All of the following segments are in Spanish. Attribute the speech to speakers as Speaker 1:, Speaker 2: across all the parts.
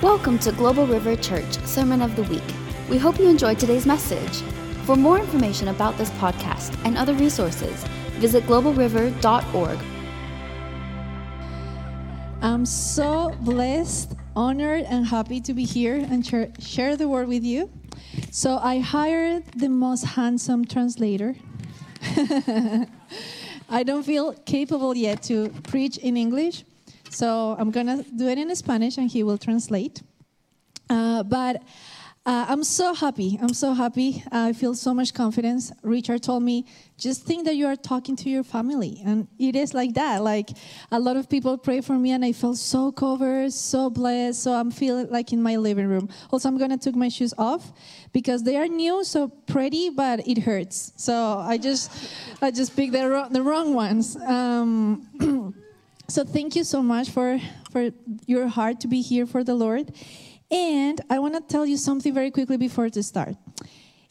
Speaker 1: Welcome to Global River Church Sermon of the Week. We hope you enjoyed today's message. For more information about this podcast and other resources, visit globalriver.org.
Speaker 2: I'm so blessed, honored, and happy to be here and share, share the word with you. So, I hired the most handsome translator. I don't feel capable yet to preach in English, so I'm gonna do it in Spanish and he will translate. Uh, but uh, I'm so happy. I'm so happy. Uh, I feel so much confidence. Richard told me, just think that you are talking to your family. And it is like that. Like a lot of people pray for me, and I feel so covered, so blessed. So I'm feeling like in my living room. Also, I'm going to take my shoes off because they are new, so pretty, but it hurts. So I just, I just picked the, wrong, the wrong ones. Um, so thank you so much for, for your heart to be here for the Lord. And I want to tell you something very quickly before to start.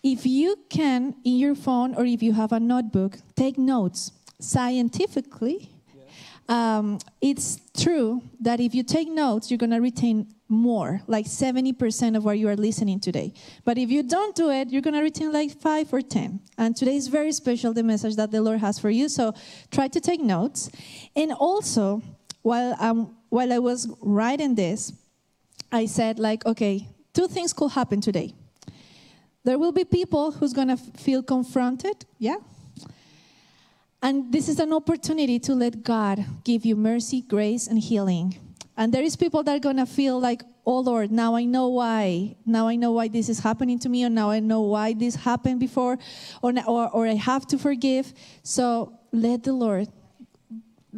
Speaker 2: If you can, in your phone or if you have a notebook, take notes. Scientifically, um, it's true that if you take notes, you're going to retain more, like 70% of what you are listening today. But if you don't do it, you're going to retain like 5 or 10. And today is very special, the message that the Lord has for you. So try to take notes. And also, while, um, while I was writing this, I said like, okay, two things could happen today. There will be people who's going to feel confronted, yeah? And this is an opportunity to let God give you mercy, grace and healing. And there is people that are going to feel like, "Oh Lord, now I know why. Now I know why this is happening to me or now I know why this happened before or or, or I have to forgive." So, let the Lord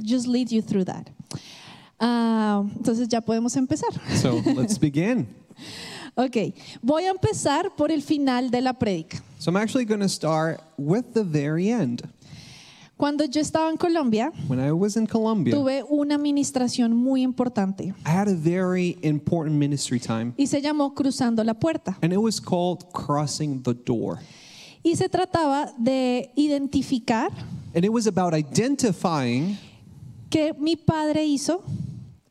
Speaker 2: just lead you through that. Ah, entonces ya podemos empezar.
Speaker 3: So let's begin.
Speaker 2: Ok, voy a empezar por el final de la prédica.
Speaker 3: So I'm actually going to start with the very end.
Speaker 2: Cuando yo estaba en Colombia,
Speaker 3: When I was in Colombia,
Speaker 2: tuve una administración muy importante
Speaker 3: I had a very important ministry time,
Speaker 2: y se llamó Cruzando la Puerta.
Speaker 3: and it was called Crossing the Door.
Speaker 2: Y se trataba de identificar
Speaker 3: And it was about identifying
Speaker 2: qué mi padre hizo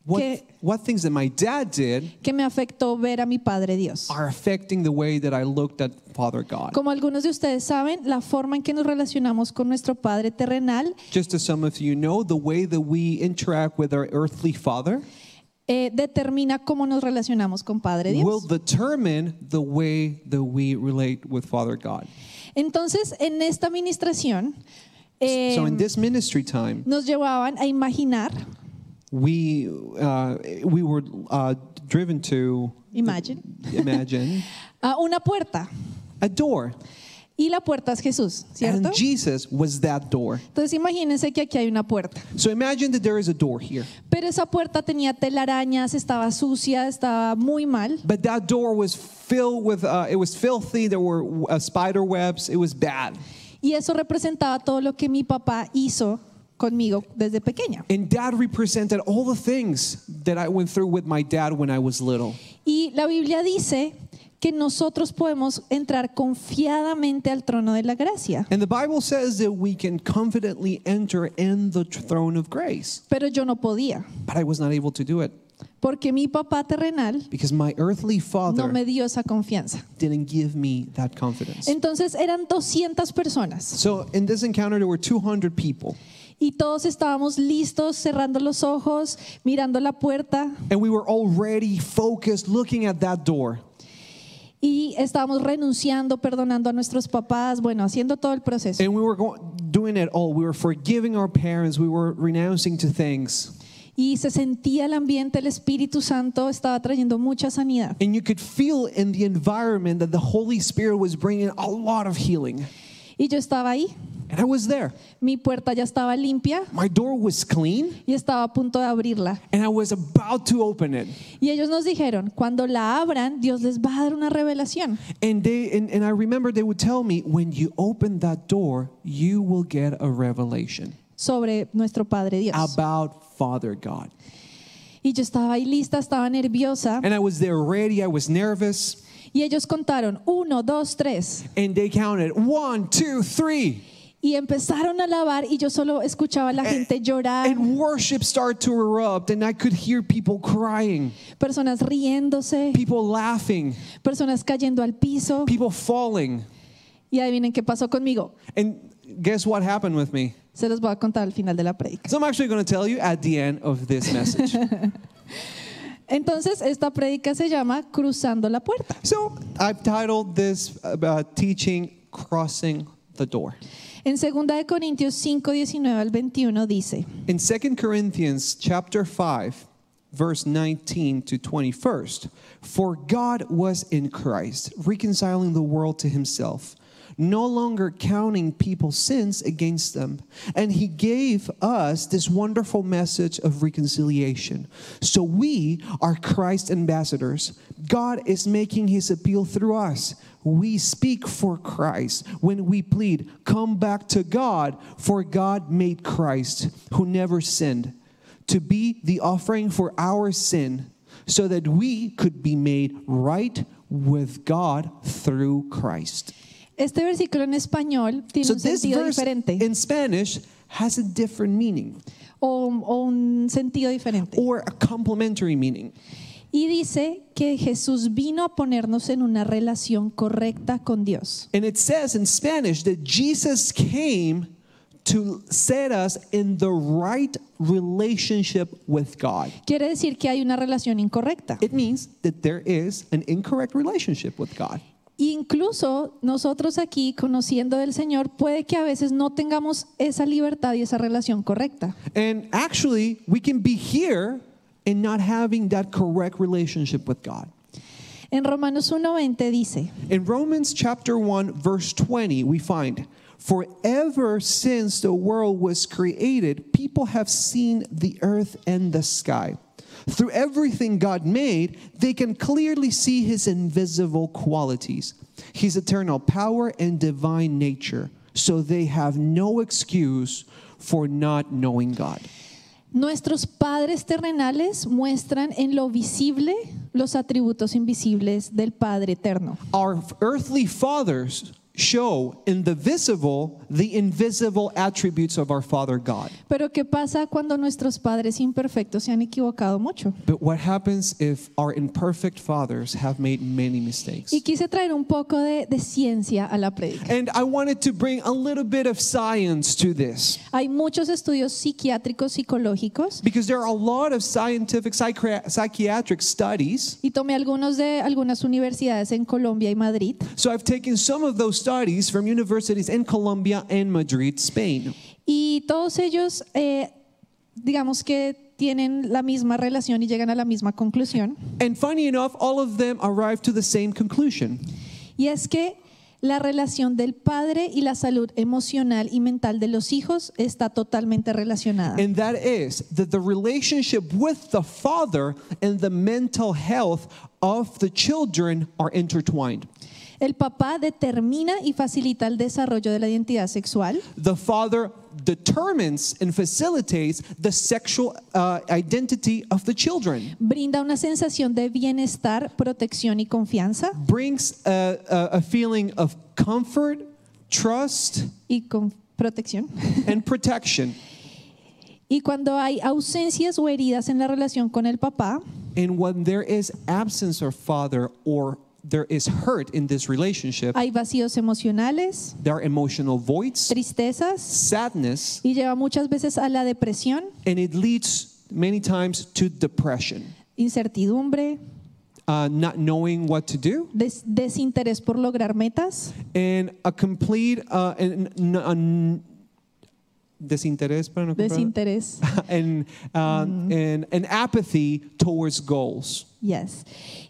Speaker 3: what,
Speaker 2: que,
Speaker 3: what things that my dad did
Speaker 2: que me afectó ver a mi padre Dios.
Speaker 3: are affecting the way that I looked at Father God.
Speaker 2: Como algunos de ustedes saben, la forma en que nos relacionamos con nuestro Padre terrenal
Speaker 3: Just as some of you know, the way that we interact with our earthly father
Speaker 2: eh, determina cómo nos relacionamos con Padre Dios.
Speaker 3: will determine the way that we relate with Father God.
Speaker 2: Entonces, en esta administración eh,
Speaker 3: So in this ministry time,
Speaker 2: nos llevaban a imaginar,
Speaker 3: we uh, we were uh, driven to
Speaker 2: imagine,
Speaker 3: imagine
Speaker 2: a una puerta.
Speaker 3: a door,
Speaker 2: Y la puerta es Jesús, ¿cierto?
Speaker 3: and Jesus was that door.
Speaker 2: Entonces imagínense que aquí hay una puerta.
Speaker 3: So imagine that there is a door here,
Speaker 2: Pero esa puerta tenía telarañas, estaba sucia, estaba muy mal.
Speaker 3: but that door was filled with uh, it was filthy. There were uh, spider webs. It was bad,
Speaker 2: Y eso representaba todo lo que mi papá hizo conmigo desde pequeña.
Speaker 3: and Dad represented all the things that I went through with my dad when I was little.
Speaker 2: Y la Biblia dice que nosotros podemos entrar confiadamente al trono de la gracia.
Speaker 3: And the Bible says that we can confidently enter in the throne of grace,
Speaker 2: Pero yo no podía,
Speaker 3: but I was not able to do it
Speaker 2: porque mi papá terrenal
Speaker 3: because my earthly
Speaker 2: no
Speaker 3: father
Speaker 2: me dio esa confianza.
Speaker 3: didn't give me that confidence.
Speaker 2: Entonces eran 200 personas
Speaker 3: So in this encounter, there were 200 people,
Speaker 2: y todos estábamos listos, cerrando los ojos, mirando la puerta
Speaker 3: and we were already focused looking at that door.
Speaker 2: y estábamos renunciando, perdonando a nuestros papás, bueno, haciendo todo el proceso.
Speaker 3: And we were going, doing it all. We were forgiving our parents, we were renouncing to things.
Speaker 2: Y se sentía el ambiente, el Espíritu Santo estaba trayendo mucha sanidad.
Speaker 3: And you could feel in the environment that the Holy Spirit was bringing a lot of healing.
Speaker 2: Y yo estaba ahí,
Speaker 3: And I was there.
Speaker 2: mi puerta ya estaba limpia
Speaker 3: My door was clean,
Speaker 2: y estaba a punto de abrirla.
Speaker 3: and I was about to open it.
Speaker 2: Y ellos nos dijeron, cuando la abran, Dios les va a dar una revelación.
Speaker 3: And, they, and, and I remember they would tell me, when you open that door, you will get a revelation
Speaker 2: sobre nuestro Padre Dios.
Speaker 3: Ah, about Father God.
Speaker 2: Y yo estaba ahí lista, estaba nerviosa.
Speaker 3: And I was there ready, I was nervous.
Speaker 2: Y ellos contaron, uno, dos, tres.
Speaker 3: And they counted one, two, three.
Speaker 2: Y empezaron a alabar y yo solo escuchaba a la gente llorar,
Speaker 3: And worship started to erupt, and I could hear people crying,
Speaker 2: personas riéndose,
Speaker 3: people laughing,
Speaker 2: personas cayendo al piso.
Speaker 3: people falling.
Speaker 2: Y adivinen qué pasó conmigo.
Speaker 3: And guess what happened with me?
Speaker 2: Se los voy a contar al final de la predica.
Speaker 3: So I'm actually going to tell you at the end of this message.
Speaker 2: Entonces, esta predica se llama Cruzando la Puerta.
Speaker 3: so I've titled this uh, teaching crossing the door.
Speaker 2: En 2 de Corintios 5, 19 al 21 dice,
Speaker 3: In 2 Corinthians chapter 5, verse 19 to 21st, for God was in Christ, reconciling the world to himself, no longer counting people's sins against them, and he gave us this wonderful message of reconciliation. So we are Christ's ambassadors. God is making his appeal through us. We speak for Christ when we plead, Come back to God, for God made Christ, who never sinned, to be the offering for our sin, so that we could be made right with God through Christ.
Speaker 2: este versículo en español tiene
Speaker 3: So,
Speaker 2: un
Speaker 3: this
Speaker 2: sentido
Speaker 3: verse
Speaker 2: diferente
Speaker 3: in Spanish has a different meaning
Speaker 2: o, o un sentido diferente.
Speaker 3: or a complementary meaning.
Speaker 2: Y dice que Jesús vino a ponernos en una relación correcta con Dios.
Speaker 3: And it says in Spanish that Jesus came to set us in the right relationship with God.
Speaker 2: Quiere decir que hay una relación incorrecta.
Speaker 3: It means that there is an incorrect relationship with God.
Speaker 2: Incluso nosotros aquí, conociendo del Señor, puede que a veces no tengamos esa libertad y esa relación correcta.
Speaker 3: And actually, we can be here and not having that correct relationship with God.
Speaker 2: En Romanos 1.20 dice,
Speaker 3: In Romans chapter 1 verse 20 we find for ever since the world was created people have seen the earth and the sky through everything God made they can clearly see his invisible qualities his eternal power and divine nature so they have no excuse for not knowing God
Speaker 2: Nuestros padres terrenales muestran en lo visible los atributos invisibles del Padre eterno.
Speaker 3: our earthly fathers show in the visible the invisible attributes of our father God
Speaker 2: Pero ¿qué pasa cuando nuestros padres imperfectos se han equivocado mucho?
Speaker 3: But what happens if our imperfect fathers have made many mistakes?
Speaker 2: Y quise traer un poco de, de ciencia a la predica.
Speaker 3: And I wanted to bring a little bit of science to this
Speaker 2: Hay muchos estudios psiquiátricos, psicológicos,
Speaker 3: because there are a lot of scientific psychra- psychiatric studies.
Speaker 2: y tomé algunos de algunas universidades en Colombia y Madrid,
Speaker 3: So I've taken some of those studies from universities in Colombia and Madrid, Spain.
Speaker 2: y todos ellos, eh, digamos que tienen la misma relación y llegan a la misma conclusión.
Speaker 3: And funny enough, all of them arrived to the same conclusion.
Speaker 2: Y es que la relación del padre y la salud emocional y mental de los hijos está totalmente relacionada.
Speaker 3: And that is that the relationship with the father and the mental health of the children are intertwined.
Speaker 2: El papá determina y facilita el desarrollo de la identidad sexual.
Speaker 3: the father determines and facilitates the sexual uh, identity of the children
Speaker 2: Brinda una sensación de bienestar, protección y confianza
Speaker 3: brings a, a, a feeling of comfort trust
Speaker 2: y con protección.
Speaker 3: and protection
Speaker 2: Y cuando hay ausencias o heridas en la relación con el papá,
Speaker 3: and when there is absence of father or there is hurt in this relationship
Speaker 2: hay vacíos emocionales,
Speaker 3: there are emotional voids
Speaker 2: tristezas
Speaker 3: sadness
Speaker 2: y lleva muchas veces a la depresión,
Speaker 3: and it leads many times to depression
Speaker 2: incertidumbre,
Speaker 3: uh, not knowing what to do
Speaker 2: des- desinterés por lograr metas.
Speaker 3: and a complete uh, and, n- a n- desinterés para no comprar-
Speaker 2: Desinterés.
Speaker 3: and, uh, and an apathy towards goals.
Speaker 2: Yes.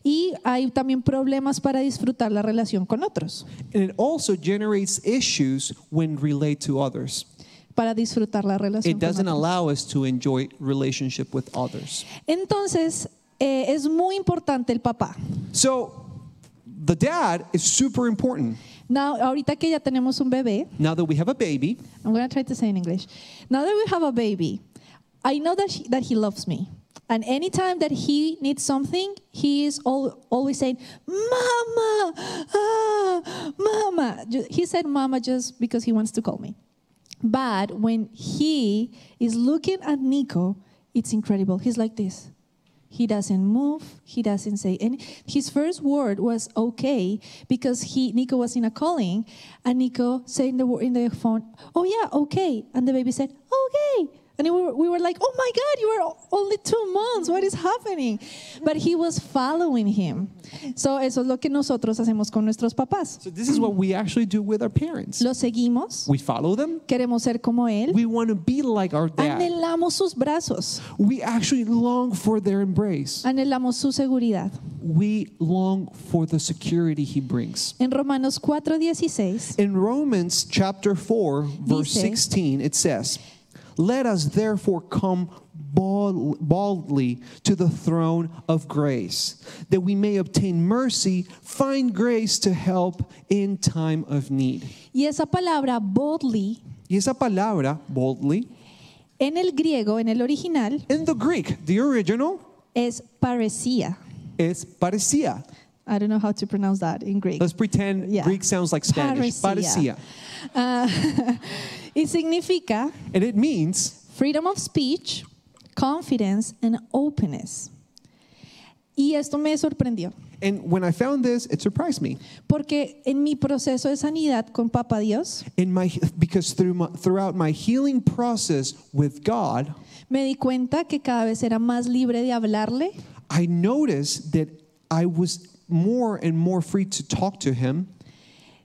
Speaker 2: Y hay también problemas para disfrutar la relación con otros,
Speaker 3: And it also generates issues when relate to others.
Speaker 2: para disfrutar la relación
Speaker 3: It
Speaker 2: con
Speaker 3: doesn't
Speaker 2: otros.
Speaker 3: allow us to enjoy relationship with others.
Speaker 2: Entonces, eh, es muy importante el papá.
Speaker 3: So the dad is super important.
Speaker 2: Now, ahorita que ya tenemos un bebé,
Speaker 3: Now that we have a baby,
Speaker 2: I'm going to try to say in English. Now that we have a baby, I know that he, that he loves me. And anytime that he needs something, he is al always saying, Mama, ah, Mama. Ju- He said Mama just because he wants to call me. But when he is looking at Nico, it's incredible. He's like this. He doesn't move. He doesn't say any. His first word was okay because he Nico was in a calling, and Nico said in the wo- in the phone, "Oh yeah, okay," and the baby said, "Okay." And we were, we were like, oh my God, you are only two months, what is happening? But he was following him. So, eso es lo que nosotros hacemos con nuestros papás.
Speaker 3: So this is what we actually do with our parents.
Speaker 2: Lo seguimos,
Speaker 3: We follow them.
Speaker 2: queremos ser como él,
Speaker 3: We want to be like our dad.
Speaker 2: Anhelamos sus brazos,
Speaker 3: We actually long for their embrace.
Speaker 2: anhelamos su seguridad.
Speaker 3: We long for the security he brings.
Speaker 2: En Romanos 4:16
Speaker 3: In Romans chapter 4, verse
Speaker 2: Dice-
Speaker 3: 16, it says, Let us therefore come bald- boldly to the throne of grace, that we may obtain mercy, find grace to help in time of need.
Speaker 2: y esa palabra boldly
Speaker 3: Y esa palabra, boldly,
Speaker 2: en el griego, en el original,
Speaker 3: in the Greek, the original,
Speaker 2: es parecía.
Speaker 3: es parecía.
Speaker 2: I don't know how to pronounce that in Greek.
Speaker 3: Let's pretend
Speaker 2: Yeah.
Speaker 3: Greek sounds like Spanish.
Speaker 2: Parecía.
Speaker 3: Parecía.
Speaker 2: Ah, y significa
Speaker 3: And it means
Speaker 2: freedom of speech, confidence and openness. Y esto me sorprendió,
Speaker 3: And when I found this, it surprised me.
Speaker 2: porque en mi proceso de sanidad con Papa Dios,
Speaker 3: In my because through my, throughout my healing process with God,
Speaker 2: me di cuenta que cada vez era más libre de hablarle
Speaker 3: I noticed that I was more and more free to talk to him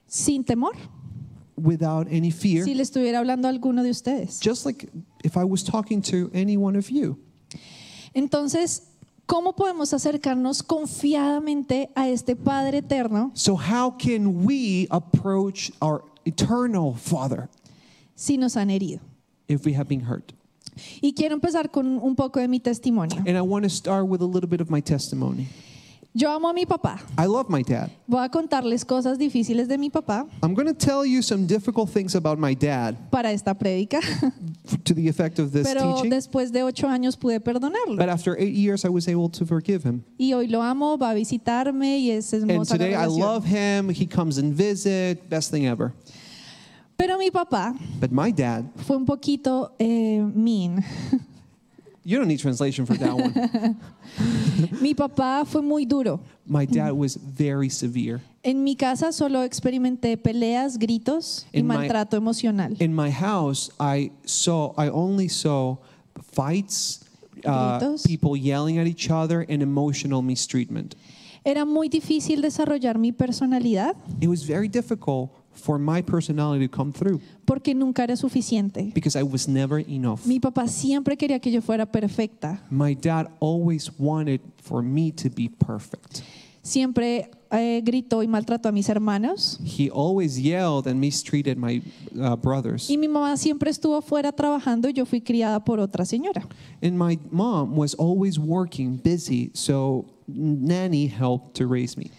Speaker 2: sin temor.
Speaker 3: without any fear,
Speaker 2: Si le estuviera hablando a alguno de ustedes.
Speaker 3: just like if I was talking to any one of you.
Speaker 2: Entonces, ¿cómo podemos acercarnos confiadamente a este Padre eterno
Speaker 3: So how can we approach our eternal Father
Speaker 2: si nos han herido?
Speaker 3: if we have been hurt?
Speaker 2: Y quiero empezar con un poco de mi testimonio.
Speaker 3: And I want to start with a little bit of my testimony.
Speaker 2: Yo amo a mi papá.
Speaker 3: I love my dad.
Speaker 2: Voy a contarles cosas difíciles de mi papá
Speaker 3: I'm going to tell you some difficult things about my dad
Speaker 2: para esta prédica,
Speaker 3: to the effect of this
Speaker 2: pero
Speaker 3: teaching.
Speaker 2: después de ocho años pude perdonarlo.
Speaker 3: But after eight years, I was able to forgive him.
Speaker 2: Y hoy lo amo, va a visitarme y es
Speaker 3: And
Speaker 2: hermosa la
Speaker 3: today I
Speaker 2: relación.
Speaker 3: love him. He comes and visit. Best thing ever.
Speaker 2: Pero mi papá
Speaker 3: But my dad,
Speaker 2: fue un poquito eh, mean.
Speaker 3: you don't need translation for that one.
Speaker 2: Mi papá fue muy duro.
Speaker 3: My dad was very severe.
Speaker 2: En mi casa solo experimenté peleas, gritos y
Speaker 3: En my-
Speaker 2: maltrato emocional.
Speaker 3: In my house, I saw I only saw fights, uh,
Speaker 2: Gritos.
Speaker 3: people yelling at each other, and emotional mistreatment.
Speaker 2: Era muy difícil desarrollar mi personalidad
Speaker 3: It was very difficult for my personality to come through
Speaker 2: porque nunca era suficiente.
Speaker 3: because I was never enough.
Speaker 2: Mi papá siempre quería que yo fuera perfecta.
Speaker 3: My dad always wanted for me to be perfect.
Speaker 2: Siempre eh, gritó y maltrató a mis hermanos.
Speaker 3: He always yelled and mistreated my uh, brothers.
Speaker 2: Y mi mamá siempre estuvo fuera trabajando y yo fui criada por otra señora.
Speaker 3: And my mom was always working, busy, so Nanny helped to raise me.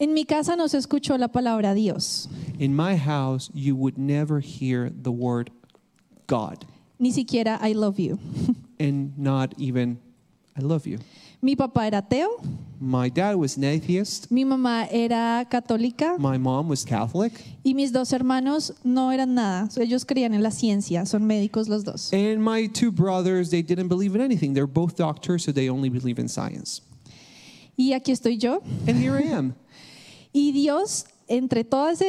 Speaker 2: En mi casa no se escuchó la palabra Dios,
Speaker 3: In my house, you would never hear the word God
Speaker 2: ni siquiera I love you.
Speaker 3: and not even I love you.
Speaker 2: Mi papá era ateo,
Speaker 3: My dad was an atheist.
Speaker 2: mi mamá era católica
Speaker 3: My mom was Catholic.
Speaker 2: y mis dos hermanos no eran nada. Ellos creían en la ciencia, son médicos los dos.
Speaker 3: And my two brothers, they didn't believe in anything. They're both doctors, so they only believe in science.
Speaker 2: Y aquí estoy yo.
Speaker 3: And here I am.
Speaker 2: Y Dios, entre toda esa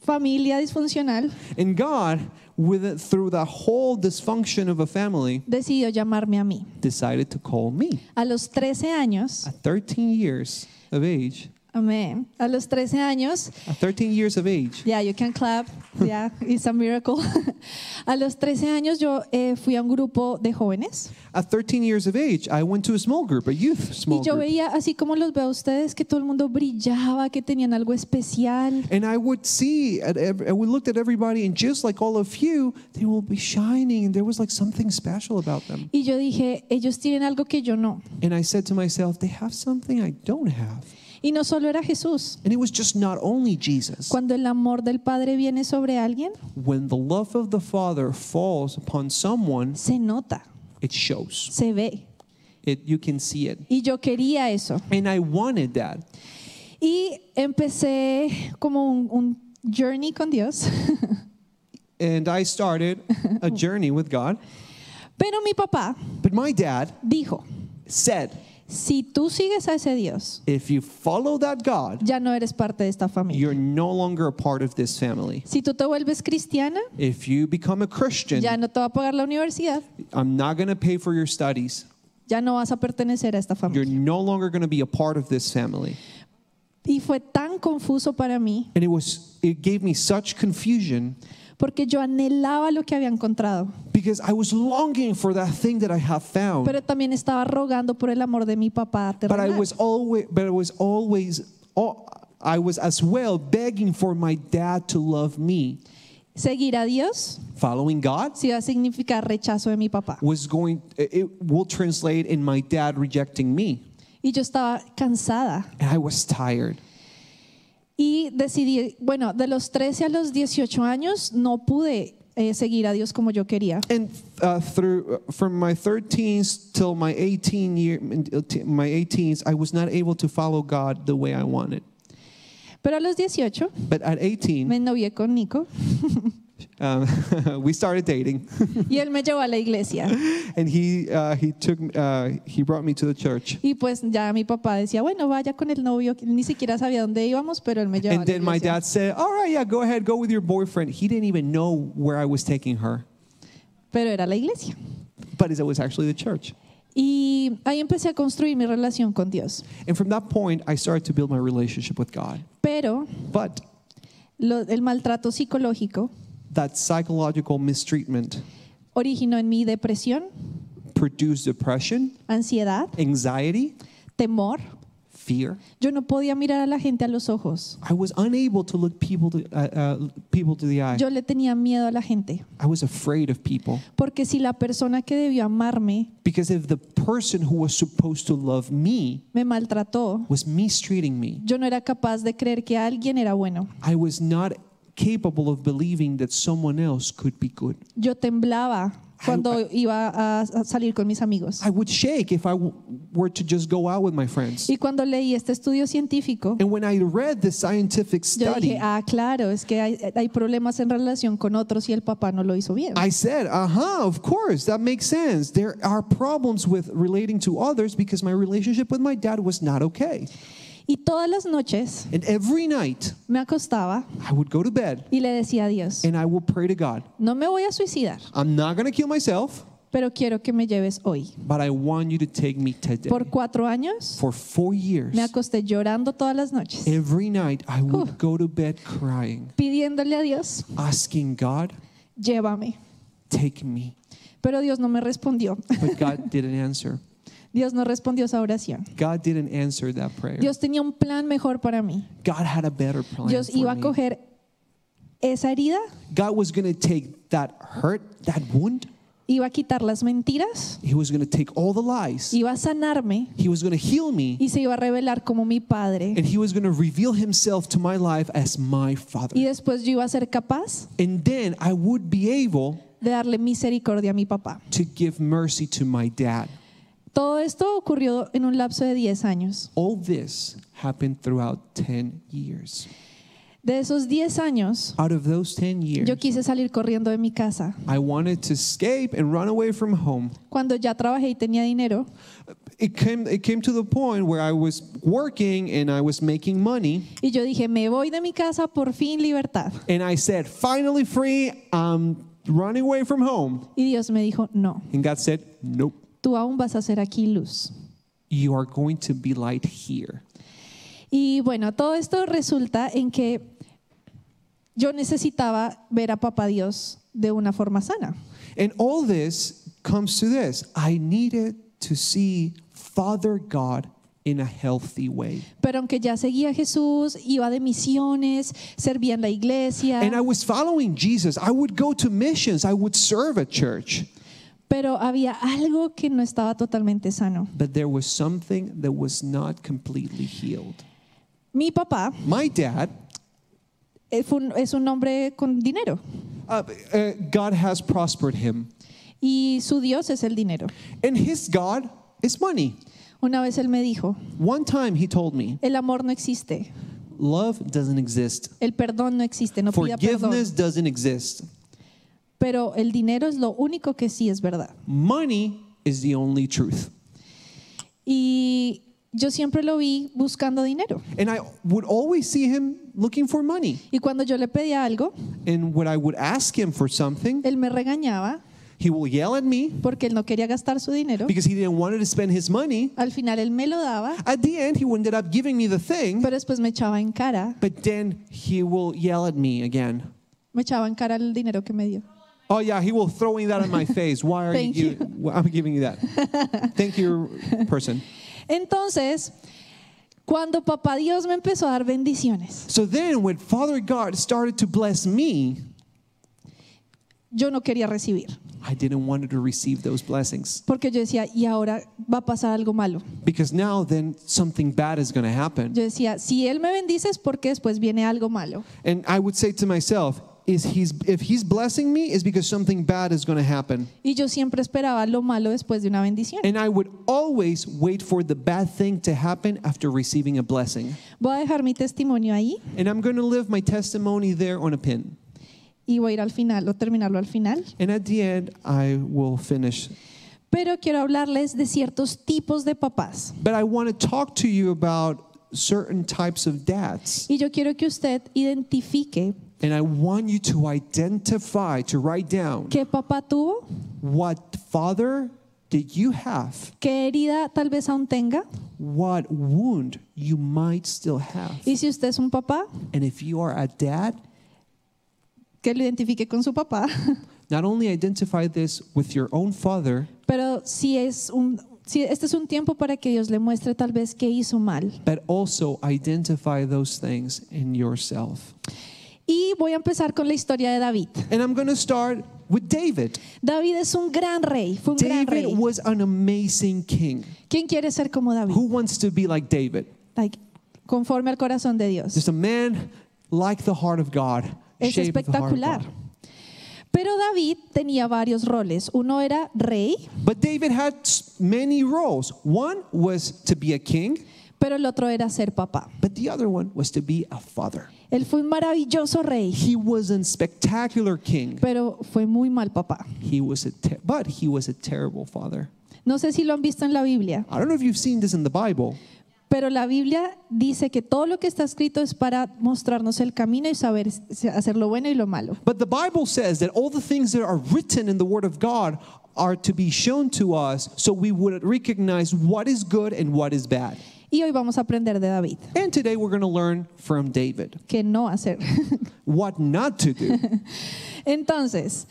Speaker 2: familia disfuncional,
Speaker 3: And God, with it, through the whole dysfunction of a family,
Speaker 2: decidió llamarme a mí.
Speaker 3: decided to call me.
Speaker 2: A los 13 años,
Speaker 3: At 13 years of age,
Speaker 2: amén, a los 13 años,
Speaker 3: at 13 years of age,
Speaker 2: yeah, you can clap, yeah, it's a miracle. a los 13 años yo eh, fui a un grupo de jóvenes
Speaker 3: at 13 years of age, I went to a small group, a youth small
Speaker 2: y yo
Speaker 3: group.
Speaker 2: veía, así como los veo a ustedes, que todo el mundo brillaba, que tenían algo especial.
Speaker 3: And I would see, at every, and we looked at everybody, and just like all of you, they will be shining, and there was like something special about them.
Speaker 2: Y yo dije, ellos tienen algo que yo no.
Speaker 3: And I said to myself, they have something I don't have.
Speaker 2: Y no solo era Jesús.
Speaker 3: And it was just not only Jesus.
Speaker 2: Cuando el amor del Padre viene sobre alguien,
Speaker 3: When the love of the Father falls upon someone,
Speaker 2: se nota,
Speaker 3: it shows.
Speaker 2: se ve.
Speaker 3: It, you can see it.
Speaker 2: Y yo quería eso.
Speaker 3: And I wanted that.
Speaker 2: Y empecé como un, un journey con Dios.
Speaker 3: and I started a journey with God.
Speaker 2: Pero mi papá
Speaker 3: But my dad
Speaker 2: dijo,
Speaker 3: said,
Speaker 2: si tú sigues a ese Dios,
Speaker 3: if you follow that God,
Speaker 2: ya no eres parte de esta familia.
Speaker 3: you're no longer a part of this family.
Speaker 2: Si tú te vuelves cristiana,
Speaker 3: If you become a Christian,
Speaker 2: ya no te va a pagar la universidad,
Speaker 3: I'm not going to pay for your studies.
Speaker 2: ya no vas a pertenecer a esta
Speaker 3: You're
Speaker 2: familia.
Speaker 3: no longer going to be a part of this family.
Speaker 2: Y fue tan confuso para mí
Speaker 3: And it was it gave me such confusion
Speaker 2: porque yo anhelaba lo que había encontrado,
Speaker 3: because I was longing for that thing that I have found.
Speaker 2: pero también estaba rogando por el amor de mi papá.
Speaker 3: but I
Speaker 2: terrenal.
Speaker 3: was always but I was always al- I was as well begging for my dad to love me.
Speaker 2: Seguir a Dios
Speaker 3: Following God
Speaker 2: sí va a significar rechazo de mi papá.
Speaker 3: was going it- it will translate in my dad rejecting me.
Speaker 2: Y yo estaba cansada
Speaker 3: And I was tired.
Speaker 2: y decidí, bueno, de los 13 a los 18 años no pude eh, seguir a Dios como yo quería.
Speaker 3: And uh, through from my 13s till my 18 year my 18s I was not able to follow God the way I wanted.
Speaker 2: Pero a los 18
Speaker 3: But at 18
Speaker 2: me novié con Nico
Speaker 3: um, we started dating
Speaker 2: y él me llevó a la iglesia.
Speaker 3: and he uh, he took uh, he brought me to the church.
Speaker 2: Y pues ya mi papá decía, bueno, vaya con el novio, que ni siquiera sabía dónde íbamos, pero él me llevaba.
Speaker 3: And
Speaker 2: a la
Speaker 3: then my
Speaker 2: iglesia.
Speaker 3: dad said, All right, yeah, go ahead, go with your boyfriend. He didn't even know where I was taking her,
Speaker 2: Pero era la iglesia.
Speaker 3: but it was actually the church.
Speaker 2: Y ahí empecé a construir mi relación con Dios.
Speaker 3: And from that point, I started to build my relationship with God.
Speaker 2: Pero
Speaker 3: But
Speaker 2: lo- el maltrato psicológico
Speaker 3: that psychological mistreatment
Speaker 2: originó en mi depresión,
Speaker 3: produced depression,
Speaker 2: ansiedad,
Speaker 3: anxiety,
Speaker 2: temor.
Speaker 3: fear.
Speaker 2: Yo no podía mirar a la gente a los ojos.
Speaker 3: I was unable to look people to, uh, uh, people to the eye.
Speaker 2: Yo le tenía miedo a la gente.
Speaker 3: I was afraid of people
Speaker 2: Porque si la persona que debió amarme
Speaker 3: because if the person who was supposed to love me
Speaker 2: me maltrató,
Speaker 3: was mistreating me,
Speaker 2: yo no era capaz de creer que alguien era bueno.
Speaker 3: I was not capable of believing that someone else could be good.
Speaker 2: Yo temblaba cuando iba a, a salir con mis amigos.
Speaker 3: I would shake if I w- were to just go out with my friends.
Speaker 2: Y cuando leí este estudio científico,
Speaker 3: And when I read the scientific
Speaker 2: yo
Speaker 3: study,
Speaker 2: dije, ah, claro, es que hay, hay problemas en relación con otros y el papá no lo hizo bien.
Speaker 3: I said, uh huh, of course, that makes sense. There are problems with relating to others because my relationship with my dad was not okay.
Speaker 2: Y todas las noches
Speaker 3: And every night
Speaker 2: me acostaba
Speaker 3: I would go to bed
Speaker 2: y le decía a Dios,
Speaker 3: and I will pray to God,
Speaker 2: no me voy a suicidar,
Speaker 3: I'm not going to kill myself,
Speaker 2: pero quiero que me lleves hoy.
Speaker 3: but I want you to take me today.
Speaker 2: Por cuatro años
Speaker 3: For four years,
Speaker 2: me acosté llorando todas las noches,
Speaker 3: every night I would
Speaker 2: Ooh.
Speaker 3: go to bed crying,
Speaker 2: pidiéndole a Dios,
Speaker 3: asking God,
Speaker 2: llévame.
Speaker 3: take me.
Speaker 2: Pero Dios no me respondió.
Speaker 3: But God didn't answer.
Speaker 2: Dios no respondió esa oración.
Speaker 3: God didn't answer that prayer.
Speaker 2: Dios tenía un plan mejor para mí.
Speaker 3: God had a better plan.
Speaker 2: Dios
Speaker 3: for
Speaker 2: iba a
Speaker 3: me.
Speaker 2: coger esa herida,
Speaker 3: God was going to take that hurt, that wound.
Speaker 2: iba a quitar las mentiras,
Speaker 3: He was going to take all the lies.
Speaker 2: iba a sanarme
Speaker 3: He was going to heal me.
Speaker 2: y se iba a revelar como mi padre.
Speaker 3: And He was going to reveal Himself to my life as my
Speaker 2: Y
Speaker 3: Father.
Speaker 2: después yo iba a ser capaz
Speaker 3: And then I would be able
Speaker 2: de darle misericordia a mi papá.
Speaker 3: to give mercy to my dad.
Speaker 2: Todo esto ocurrió en un lapso de 10 años.
Speaker 3: All this happened throughout 10 years.
Speaker 2: De esos 10 años,
Speaker 3: Out of those 10 years,
Speaker 2: yo quise salir corriendo de mi casa.
Speaker 3: I wanted to escape and run away from home.
Speaker 2: Cuando ya trabajé y tenía dinero,
Speaker 3: It came, it came to the point where I was working and I was making money.
Speaker 2: y yo dije, me voy de mi casa, por fin libertad.
Speaker 3: And I said, finally free, I'm running away from home.
Speaker 2: Y Dios me dijo, no,
Speaker 3: And God said, nope,
Speaker 2: tú aún vas a ser aquí luz.
Speaker 3: you are going to be light here.
Speaker 2: Y bueno, todo esto resulta en que yo necesitaba ver a Papá Dios de una forma sana.
Speaker 3: And all this comes to this I needed to see Father God in a healthy way.
Speaker 2: Pero aunque ya seguía a Jesús, iba de misiones, servía en la
Speaker 3: And I
Speaker 2: iglesia,
Speaker 3: was following Jesus. I would go to missions, I would serve at church.
Speaker 2: pero había algo que no estaba totalmente sano.
Speaker 3: But there was something that was not completely healed.
Speaker 2: Mi papá
Speaker 3: My dad,
Speaker 2: eh, fue un- es un hombre con dinero
Speaker 3: uh, uh, God has prospered him,
Speaker 2: y su Dios es el dinero.
Speaker 3: and his God is money.
Speaker 2: Una vez él me dijo,
Speaker 3: One time he told me,
Speaker 2: el amor no existe,
Speaker 3: Love doesn't exist.
Speaker 2: el perdón no existe, no pida perdón.
Speaker 3: Forgiveness doesn't exist.
Speaker 2: pero el dinero es lo único que sí es verdad.
Speaker 3: Money is the only truth.
Speaker 2: Y yo siempre lo vi buscando dinero.
Speaker 3: And I would always see him looking for money.
Speaker 2: Y cuando yo le pedía algo,
Speaker 3: And when I would ask him for something,
Speaker 2: él me regañaba
Speaker 3: he will yell at me
Speaker 2: porque él no quería gastar su dinero.
Speaker 3: because he didn't want to spend his money.
Speaker 2: Al final él me lo daba,
Speaker 3: At the end, he ended up giving me the thing,
Speaker 2: pero después me echaba en cara,
Speaker 3: but then he will yell at me again.
Speaker 2: me echaba en cara el dinero que me dio.
Speaker 3: Oh yeah, he will throwing that in my face. Why are
Speaker 2: Thank
Speaker 3: you, giving- I'm giving you that? Thank you, person.
Speaker 2: Entonces, cuando papá Dios me empezó a dar bendiciones,
Speaker 3: So then, when Father God started to bless me,
Speaker 2: yo no quería recibir,
Speaker 3: I didn't want to receive those blessings
Speaker 2: porque yo decía, y ahora va a pasar algo malo.
Speaker 3: because now then something bad is going to happen.
Speaker 2: Yo decía, si él me bendice es porque después viene algo malo.
Speaker 3: And I would say to myself, is he's if he's blessing me is because something bad is going to happen.
Speaker 2: Y yo siempre esperaba lo malo después de una bendición.
Speaker 3: And I would always wait for the bad thing to happen after receiving a blessing.
Speaker 2: Voy a dejar mi testimonio ahí
Speaker 3: And I'm going to live my testimony there on a pin.
Speaker 2: y voy a ir al final o terminarlo al final.
Speaker 3: And at the end, I will finish.
Speaker 2: Pero quiero hablarles de ciertos tipos de papás.
Speaker 3: But I want to talk to you about certain types of dads.
Speaker 2: Y yo quiero que usted identifique
Speaker 3: And I want you to identify, to write down
Speaker 2: qué papá tuvo,
Speaker 3: what father did you have,
Speaker 2: qué herida tal vez aún tenga.
Speaker 3: what wound you might still have.
Speaker 2: Y si usted es un papá,
Speaker 3: And if you are a dad,
Speaker 2: que lo identifique con su papá.
Speaker 3: not only identify this with your own father,
Speaker 2: Pero si es un, si este es un tiempo para que Dios le muestre tal vez qué hizo mal.
Speaker 3: but also identify those things in yourself.
Speaker 2: Y voy a empezar con la historia de David.
Speaker 3: And I'm going to start with David.
Speaker 2: David es un gran rey, fue un gran
Speaker 3: David
Speaker 2: rey.
Speaker 3: was an amazing king.
Speaker 2: ¿Quién quiere ser como David?
Speaker 3: Who wants to be like David?
Speaker 2: Like, conforme al corazón de Dios.
Speaker 3: Just a man like the heart of God.
Speaker 2: Es
Speaker 3: shape of the heart of
Speaker 2: espectacular.
Speaker 3: God.
Speaker 2: Pero David tenía varios roles. Uno era rey,
Speaker 3: But David had s- many roles. One was to be a king,
Speaker 2: pero el otro era ser papá.
Speaker 3: but the other one was to be a father.
Speaker 2: Él fue un maravilloso rey,
Speaker 3: He was a spectacular king.
Speaker 2: pero fue muy mal papá.
Speaker 3: He was a ter- but he was a terrible father.
Speaker 2: No sé si lo han visto en la Biblia,
Speaker 3: I don't know if you've seen this in the Bible,
Speaker 2: pero la Biblia dice que todo lo que está escrito es para mostrarnos el camino y saber s- hacer lo bueno y lo malo.
Speaker 3: but the Bible says that all the things that are written in the Word of God are to be shown to us so we would recognize what is good and what is bad.
Speaker 2: Y hoy vamos a aprender de David,
Speaker 3: And today we're going to learn from David
Speaker 2: que no hacer.
Speaker 3: what not to do.
Speaker 2: Entonces,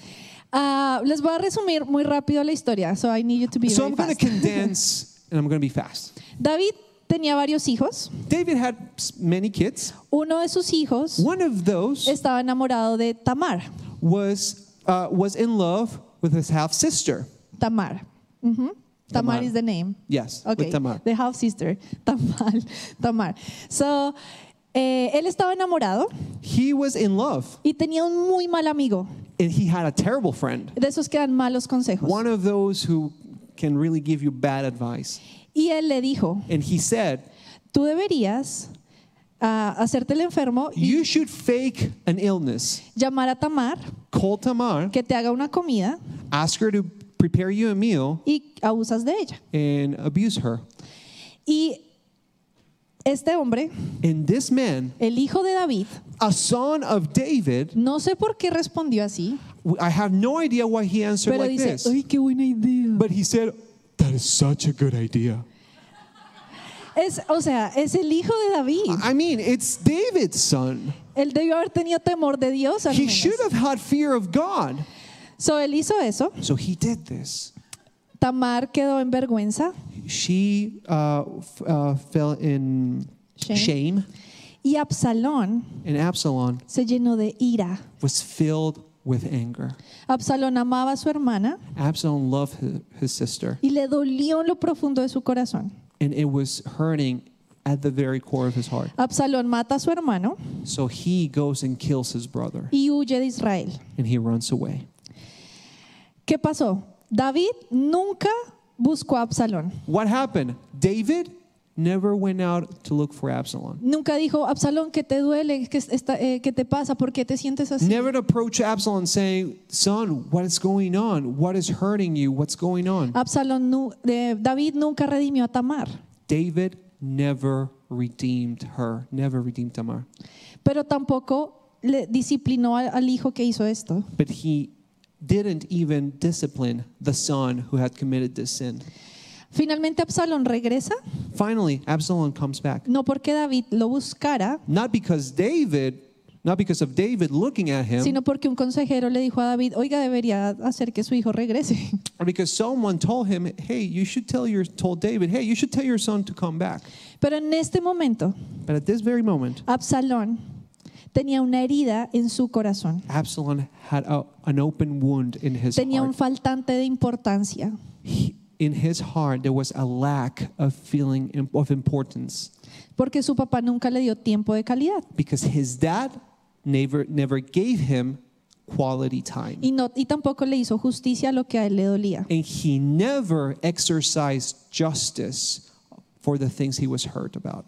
Speaker 2: ah, les voy a resumir muy rápido la historia. So I need you to be
Speaker 3: so
Speaker 2: very
Speaker 3: I'm going to
Speaker 2: fast.
Speaker 3: condense and I'm going to be fast.
Speaker 2: David tenía varios hijos.
Speaker 3: David had s- many kids.
Speaker 2: Uno de sus hijos
Speaker 3: One of those
Speaker 2: estaba enamorado de Tamar.
Speaker 3: was uh, was in love with his half sister.
Speaker 2: Tamar. Ujú. Tamar,
Speaker 3: Tamar.
Speaker 2: is the name.
Speaker 3: Yes,
Speaker 2: Okay.
Speaker 3: with Tamar.
Speaker 2: The half sister. Tamar. Tamar. So, eh, él estaba enamorado
Speaker 3: He was in love
Speaker 2: y tenía un muy mal amigo,
Speaker 3: and he had a terrible friend.
Speaker 2: de esos que dan malos consejos.
Speaker 3: One of those who can really give you bad advice.
Speaker 2: Y él le dijo,
Speaker 3: And he said,
Speaker 2: tú deberías ah, hacerte el enfermo y
Speaker 3: "You should fake an illness.
Speaker 2: llamar a Tamar
Speaker 3: Call Tamar,
Speaker 2: que te haga una comida
Speaker 3: ask her to prepare you a meal
Speaker 2: y abusas de ella.
Speaker 3: and abuse her."
Speaker 2: Y este hombre,
Speaker 3: And this man,
Speaker 2: el hijo de David,
Speaker 3: a son of David,
Speaker 2: no sé por qué respondió así,
Speaker 3: I have no idea why he answered
Speaker 2: pero
Speaker 3: like
Speaker 2: dice,
Speaker 3: this.
Speaker 2: ¡ay, qué buena idea!
Speaker 3: But he said,
Speaker 4: That is such a good idea.
Speaker 2: Es, o sea, es el hijo de David.
Speaker 3: I mean, it's David's son.
Speaker 2: Él debió haber tenido temor de Dios. Al
Speaker 3: He
Speaker 2: menos.
Speaker 3: should have had fear of God.
Speaker 2: So, él hizo eso.
Speaker 3: So he did this.
Speaker 2: Tamar quedó en vergüenza
Speaker 3: She uh, f- uh, fell in
Speaker 2: Shame.
Speaker 3: shame,
Speaker 2: y Absalón
Speaker 3: and Absalom
Speaker 2: se llenó de ira.
Speaker 3: was filled with anger.
Speaker 2: Absalón amaba a su hermana
Speaker 3: Absalom loved his, his sister,
Speaker 2: y le dolió en lo profundo de su corazón.
Speaker 3: and it was hurting at the very core of his heart.
Speaker 2: Absalón mata a su hermano
Speaker 3: So he goes and kills his brother,
Speaker 2: y huye de Israel.
Speaker 3: and he runs away.
Speaker 2: ¿Qué pasó? David nunca buscó a Absalón.
Speaker 3: What happened? David never went out to look for Absalom.
Speaker 2: Nunca dijo, Absalón, que te duele, que, está- eh, que te pasa, por qué te sientes así.
Speaker 3: Never approached Absalom saying, Son, what is going on? What is hurting you? What's going on?
Speaker 2: Absalón, nu- eh, David nunca redimió a Tamar,
Speaker 3: David never redeemed her, never redeemed Tamar.
Speaker 2: pero tampoco le disciplinó al, al hijo que hizo esto.
Speaker 3: But he didn't even discipline the son who had committed this sin.
Speaker 2: Finalmente Absalón regresa,
Speaker 3: Finally, Absalom comes back.
Speaker 2: no porque David lo buscara,
Speaker 3: Not because David, not because of David looking at him,
Speaker 2: sino porque un consejero le dijo a David, oiga, debería hacer que su hijo regrese.
Speaker 3: or because someone told him, "Hey, you should tell your told David, hey, you should tell your son to come back."
Speaker 2: Pero en este momento,
Speaker 3: But at this very moment,
Speaker 2: Absalón tenía una herida en su corazón,
Speaker 3: Absalom had a, an open wound in his
Speaker 2: tenía un
Speaker 3: heart.
Speaker 2: faltante de importancia.
Speaker 3: He- in his heart, there was a lack of feeling im- of importance
Speaker 2: porque su papá nunca le dio tiempo de calidad
Speaker 3: because his dad never never gave him quality time.
Speaker 2: y, no, y tampoco le hizo justicia a lo que a él le dolía.
Speaker 3: and he never exercised justice for the things he was hurt about.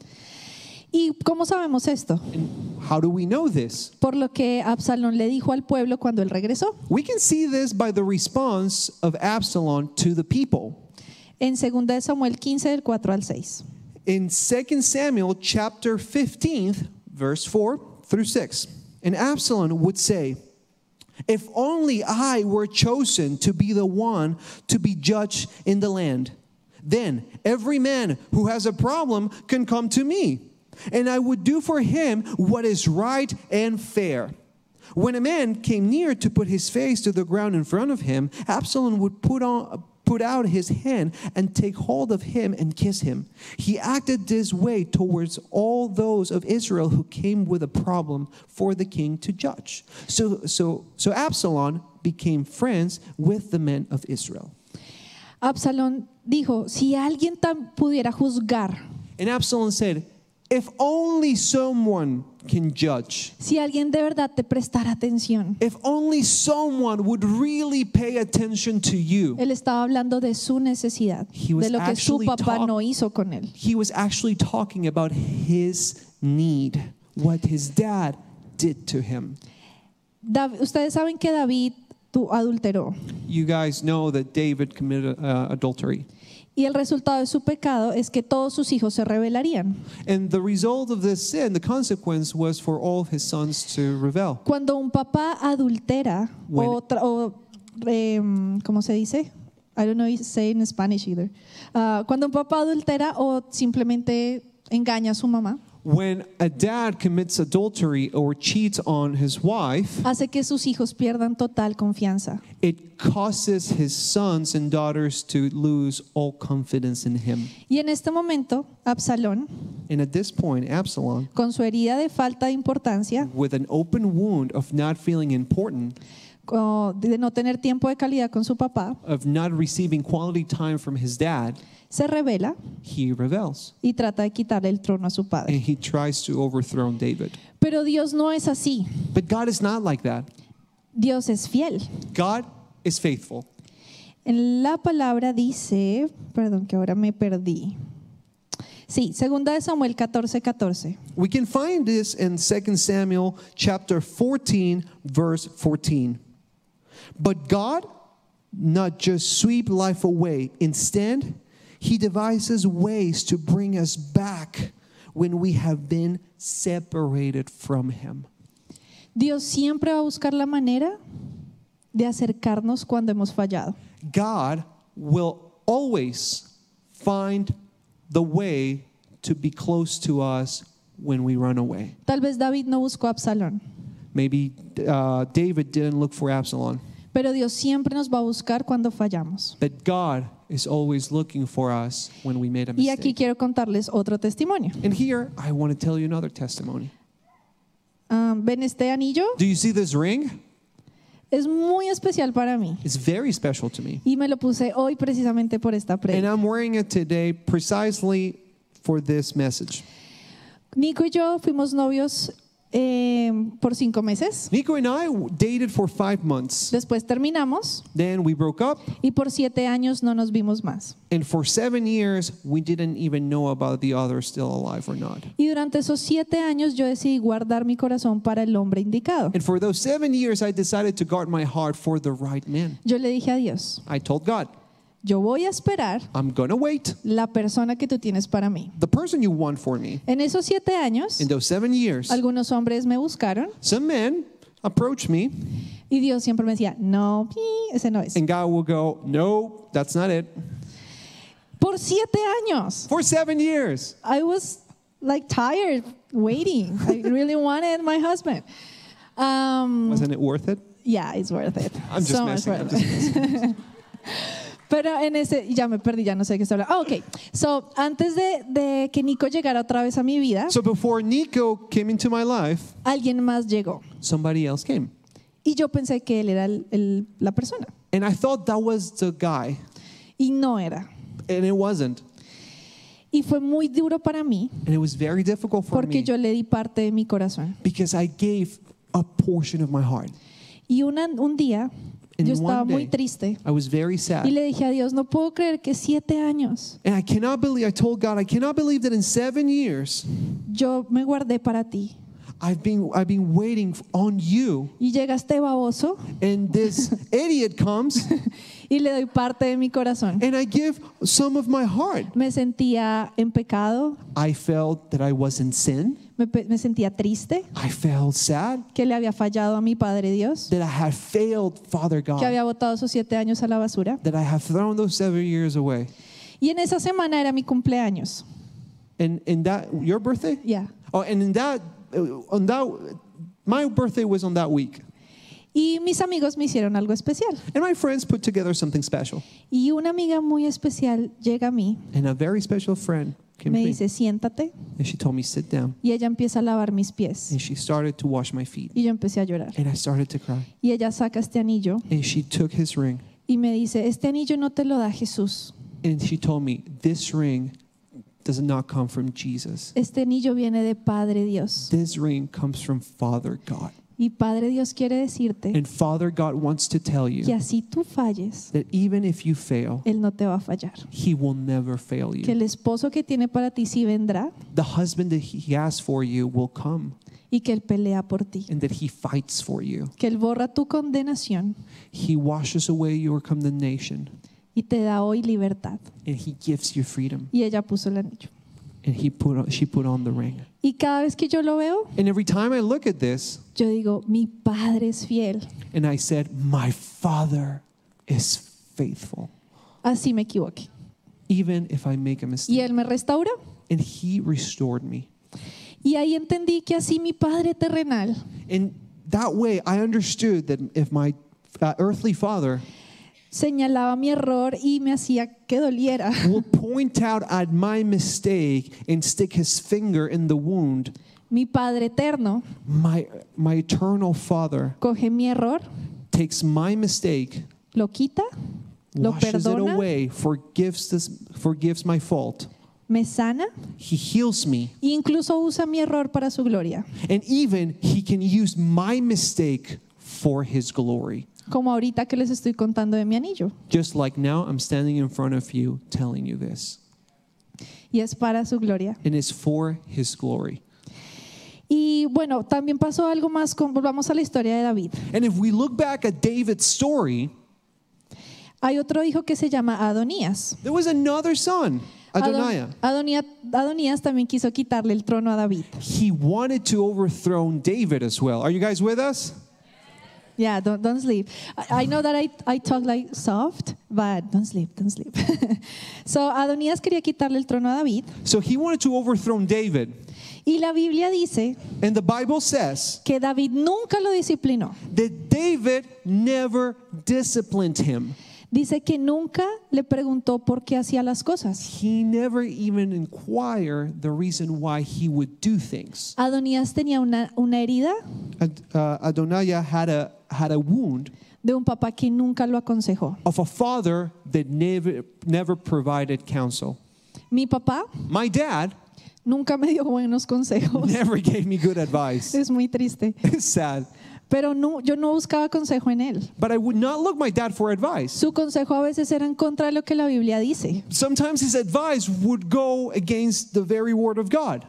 Speaker 2: ¿Y cómo sabemos esto?
Speaker 3: And how do we know this?
Speaker 2: Por lo que Absalón le dijo al pueblo cuando él regresó.
Speaker 3: We can see this by the response of Absalom to the people.
Speaker 2: En 2 de Samuel 15, del 4 al 6.
Speaker 3: In 2 Samuel chapter 15, verse 4 through 6. And Absalom would say, If only I were chosen to be the one to be judged in the land, then every man who has a problem can come to me, and I would do for him what is right and fair. When a man came near to put his face to the ground in front of him, Absalom would put on put out his hand and take hold of him and kiss him. He acted this way towards all those of Israel who came with a problem for the king to judge. So, so, so Absalom became friends with the men of Israel.
Speaker 2: Absalón dijo, si alguien tan pudiera juzgar,
Speaker 3: And Absalom said, If only someone can judge,
Speaker 2: si alguien de verdad te prestara atención.
Speaker 3: if only someone would really pay attention to you.
Speaker 2: Él estaba hablando de su necesidad,
Speaker 3: He was
Speaker 2: de lo que su
Speaker 3: actually
Speaker 2: papá
Speaker 3: talk-
Speaker 2: no hizo con él.
Speaker 3: he was actually talking about his need, what his dad did to him.
Speaker 2: Dav- Ustedes saben que David tu- adulteró.
Speaker 3: You guys know that David committed uh, adultery.
Speaker 2: Y el resultado de su pecado es que todos sus hijos se rebelarían.
Speaker 3: And the result of this sin, the consequence was for all of his sons to rebel.
Speaker 2: Cuando un papá adultera
Speaker 3: Bueno.
Speaker 2: o, tra- o, em, ¿cómo se dice? I don't know if you say in Spanish either. Ah, cuando un papá adultera o simplemente engaña a su mamá,
Speaker 3: When a dad commits adultery or cheats on his wife,
Speaker 2: hace que sus hijos pierdan total confianza.
Speaker 3: it causes his sons and daughters to lose all confidence in him.
Speaker 2: Y en este momento, Absalón,
Speaker 3: And at this point, Absalom,
Speaker 2: con su herida de falta de importancia,
Speaker 3: with an open wound of not feeling important,
Speaker 2: o de no tener tiempo de calidad con su papá,
Speaker 3: of not receiving quality time from his dad,
Speaker 2: se rebela
Speaker 3: he rebels
Speaker 2: y trata de quitarle el trono a su
Speaker 3: and
Speaker 2: padre.
Speaker 3: he tries to overthrow David.
Speaker 2: Pero Dios no es así.
Speaker 3: But God is not like that.
Speaker 2: Dios es fiel.
Speaker 3: God is faithful.
Speaker 2: En la palabra dice, perdón que ahora me perdí. Sí, segunda de Samuel 14, 14.
Speaker 3: We can find this in 2 Samuel chapter 14 verse 14. But God not just sweep life away, instead he devises ways to bring us back when we have been separated from him.
Speaker 2: Dios siempre va a buscar la manera de acercarnos cuando hemos fallado.
Speaker 3: God will always find the way to be close to us when we run away.
Speaker 2: Tal vez David no buscó a Absalón,
Speaker 3: Maybe uh, David didn't look for Absalom,
Speaker 2: pero Dios siempre nos va a buscar cuando fallamos.
Speaker 3: but God is always looking for us when we made a
Speaker 2: Y aquí
Speaker 3: mistake.
Speaker 2: quiero contarles otro testimonio.
Speaker 3: And here, I want to tell you another testimony.
Speaker 2: Ah, ¿Ven este anillo?
Speaker 3: Do you see this ring?
Speaker 2: Es muy especial para mí.
Speaker 3: It's very special to me.
Speaker 2: Y me lo puse hoy precisamente por esta
Speaker 3: And
Speaker 2: predica.
Speaker 3: I'm wearing it today precisely for this message.
Speaker 2: Nico y yo fuimos novios eh, por cinco meses.
Speaker 3: Nico and I dated for five months.
Speaker 2: Después terminamos
Speaker 3: Then we broke up,
Speaker 2: y por siete años no nos vimos más.
Speaker 3: and for seven years, we didn't even know about the other still alive or not.
Speaker 2: Y durante esos siete años yo decidí guardar mi corazón para el hombre indicado.
Speaker 3: And for those seven years, I decided to guard my heart for the right man.
Speaker 2: Yo le dije a Dios,
Speaker 3: I told God,
Speaker 2: yo voy a esperar
Speaker 3: I'm gonna wait.
Speaker 2: la persona que tú tienes para mí.
Speaker 3: The person you want for me.
Speaker 2: En esos siete años,
Speaker 3: In those seven years,
Speaker 2: algunos hombres me buscaron
Speaker 3: some men approached me,
Speaker 2: y Dios siempre me decía, no, pi, ese no es.
Speaker 3: and God will go, No, that's not it.
Speaker 2: Por siete años.
Speaker 3: For seven years.
Speaker 2: I was like tired waiting. I really wanted my husband. Um,
Speaker 3: Wasn't it worth it?
Speaker 2: yeah, it's worth it.
Speaker 3: I'm just
Speaker 2: so much
Speaker 3: messing.
Speaker 2: worth
Speaker 3: I'm
Speaker 2: it.
Speaker 3: just messing.
Speaker 2: Pero en ese, ya me perdí, ya no sé de qué se habla. Ah, ok, so antes de, de que Nico llegara otra vez a mi vida,
Speaker 3: So before Nico came into my life,
Speaker 2: alguien más llegó.
Speaker 3: somebody else came.
Speaker 2: Y yo pensé que él era el- el- la persona.
Speaker 3: And I thought that was the guy,
Speaker 2: Y no era.
Speaker 3: and it wasn't.
Speaker 2: Y fue muy duro para mí
Speaker 3: And it was very difficult for
Speaker 2: porque
Speaker 3: me
Speaker 2: yo le di parte de mi corazón.
Speaker 3: because I gave a portion of my heart.
Speaker 2: Y una- un día
Speaker 3: And
Speaker 2: yo estaba
Speaker 3: one day-
Speaker 2: muy triste
Speaker 3: I was very sad.
Speaker 2: y le dije a Dios, no puedo creer que siete años
Speaker 3: And I cannot believe, I told God, I cannot believe that in seven years,
Speaker 2: yo me guardé para ti.
Speaker 3: I've been, I've been waiting on you.
Speaker 2: Y llega este baboso
Speaker 3: And this idiot comes
Speaker 2: y le doy parte de mi corazón.
Speaker 3: and I give some of my heart.
Speaker 2: Me sentía en pecado,
Speaker 3: I felt that I was in sin.
Speaker 2: me, pe- me sentía triste,
Speaker 3: I felt sad
Speaker 2: que le había fallado a mi Padre Dios,
Speaker 3: that I had failed Father
Speaker 2: que
Speaker 3: God,
Speaker 2: había botado esos siete años a la basura.
Speaker 3: that I have thrown those seven years away.
Speaker 2: Y en esa semana era mi cumpleaños.
Speaker 3: And in that, your birthday?
Speaker 2: Ya.
Speaker 3: Oh, and in that, on that, my birthday was on that week.
Speaker 2: Y mis amigos me hicieron algo especial.
Speaker 3: And my friends put together something special.
Speaker 2: Y una amiga muy especial llega a mí,
Speaker 3: And a very special friend came
Speaker 2: me
Speaker 3: to me.
Speaker 2: dice, siéntate.
Speaker 3: And she told me, sit down.
Speaker 2: Y ella empieza a lavar mis pies.
Speaker 3: And she started to wash my feet.
Speaker 2: Y yo empecé a llorar.
Speaker 3: And I started to cry.
Speaker 2: Y ella saca este anillo
Speaker 3: And she took his ring.
Speaker 2: y me dice, este anillo no te lo da Jesús.
Speaker 3: And she told me, this ring does not come from Jesus.
Speaker 2: Este anillo viene de Padre Dios.
Speaker 3: This ring comes from Father God.
Speaker 2: Y Padre Dios quiere decirte
Speaker 3: And Father God wants to tell
Speaker 2: que
Speaker 3: you
Speaker 2: así tú falles,
Speaker 3: that even if you fail,
Speaker 2: Él no te va a fallar.
Speaker 3: he will never fail
Speaker 2: Que
Speaker 3: you.
Speaker 2: el esposo que tiene para ti sí vendrá
Speaker 3: The husband that he has for you will come
Speaker 2: y que Él pelea por ti.
Speaker 3: and that he fights for you.
Speaker 2: Que Él borra tu condenación
Speaker 3: He washes away your condemnation
Speaker 2: y te da hoy libertad.
Speaker 3: and he gives you freedom.
Speaker 2: Y ella puso el anillo.
Speaker 3: And he put on, she put on the ring.
Speaker 2: Y cada vez que yo lo veo,
Speaker 3: And every time I look at this
Speaker 2: yo digo, mi Padre es fiel.
Speaker 3: and I said, My father is faithful,
Speaker 2: Así me equivoqué.
Speaker 3: even if I make a
Speaker 2: Y
Speaker 3: mistake.
Speaker 2: Él me restauró.
Speaker 3: And he restored me.
Speaker 2: Y ahí entendí que así mi Padre terrenal
Speaker 3: And that way I understood that if my uh, earthly father
Speaker 2: señalaba mi error y me hacía que doliera.
Speaker 3: will point out at my mistake and stick his finger in the wound,
Speaker 2: Mi Padre eterno
Speaker 3: my, my eternal father
Speaker 2: coge mi error,
Speaker 3: takes my mistake
Speaker 2: lo quita, lo
Speaker 3: washes it
Speaker 2: perdona,
Speaker 3: away, forgives this, forgives my fault.
Speaker 2: me sana
Speaker 3: He heals me,
Speaker 2: e incluso usa mi error para su gloria.
Speaker 3: and even he can use my mistake for his glory.
Speaker 2: Como ahorita que les estoy contando de mi anillo.
Speaker 3: Just like now, I'm standing in front of you telling you this,
Speaker 2: Y es para su gloria.
Speaker 3: and it's for his glory.
Speaker 2: Y bueno, también pasó algo más, con, volvamos a la historia de David.
Speaker 3: And if we look back at David's story,
Speaker 2: Hay otro hijo que se llama Adonías.
Speaker 3: there was another son,
Speaker 2: Adon-
Speaker 3: Adoniah.
Speaker 2: Adonía- Adonías también quiso quitarle el trono a David.
Speaker 3: He wanted to overthrow David as well. Are you guys with us?
Speaker 2: Yeah, don't, don't sleep. I, I know that I, I talk like soft, but don't sleep, don't sleep. so Adonías quería quitarle el trono a David.
Speaker 3: So he wanted to overthrow David.
Speaker 2: Y la Biblia dice
Speaker 3: And the Bible says
Speaker 2: que David nunca lo disciplinó.
Speaker 3: that David never disciplined him.
Speaker 2: Dice que nunca le preguntó por qué hacía las cosas.
Speaker 3: He never even inquired the reason why he would do things.
Speaker 2: Adonías tenía una, una herida
Speaker 3: Ad- uh, Adoniah had a, had a wound
Speaker 2: de un papá que nunca lo aconsejó.
Speaker 3: of a father that never, never provided counsel.
Speaker 2: Mi papá
Speaker 3: My dad
Speaker 2: Nunca me dio buenos consejos.
Speaker 3: never gave me good advice.
Speaker 2: Es muy triste.
Speaker 3: It's sad.
Speaker 2: Pero no, yo no buscaba consejo en él.
Speaker 3: But I would not look my dad for advice.
Speaker 2: Su consejo a veces era en contra de lo que la Biblia dice.
Speaker 3: Sometimes his advice would go against the very word of God.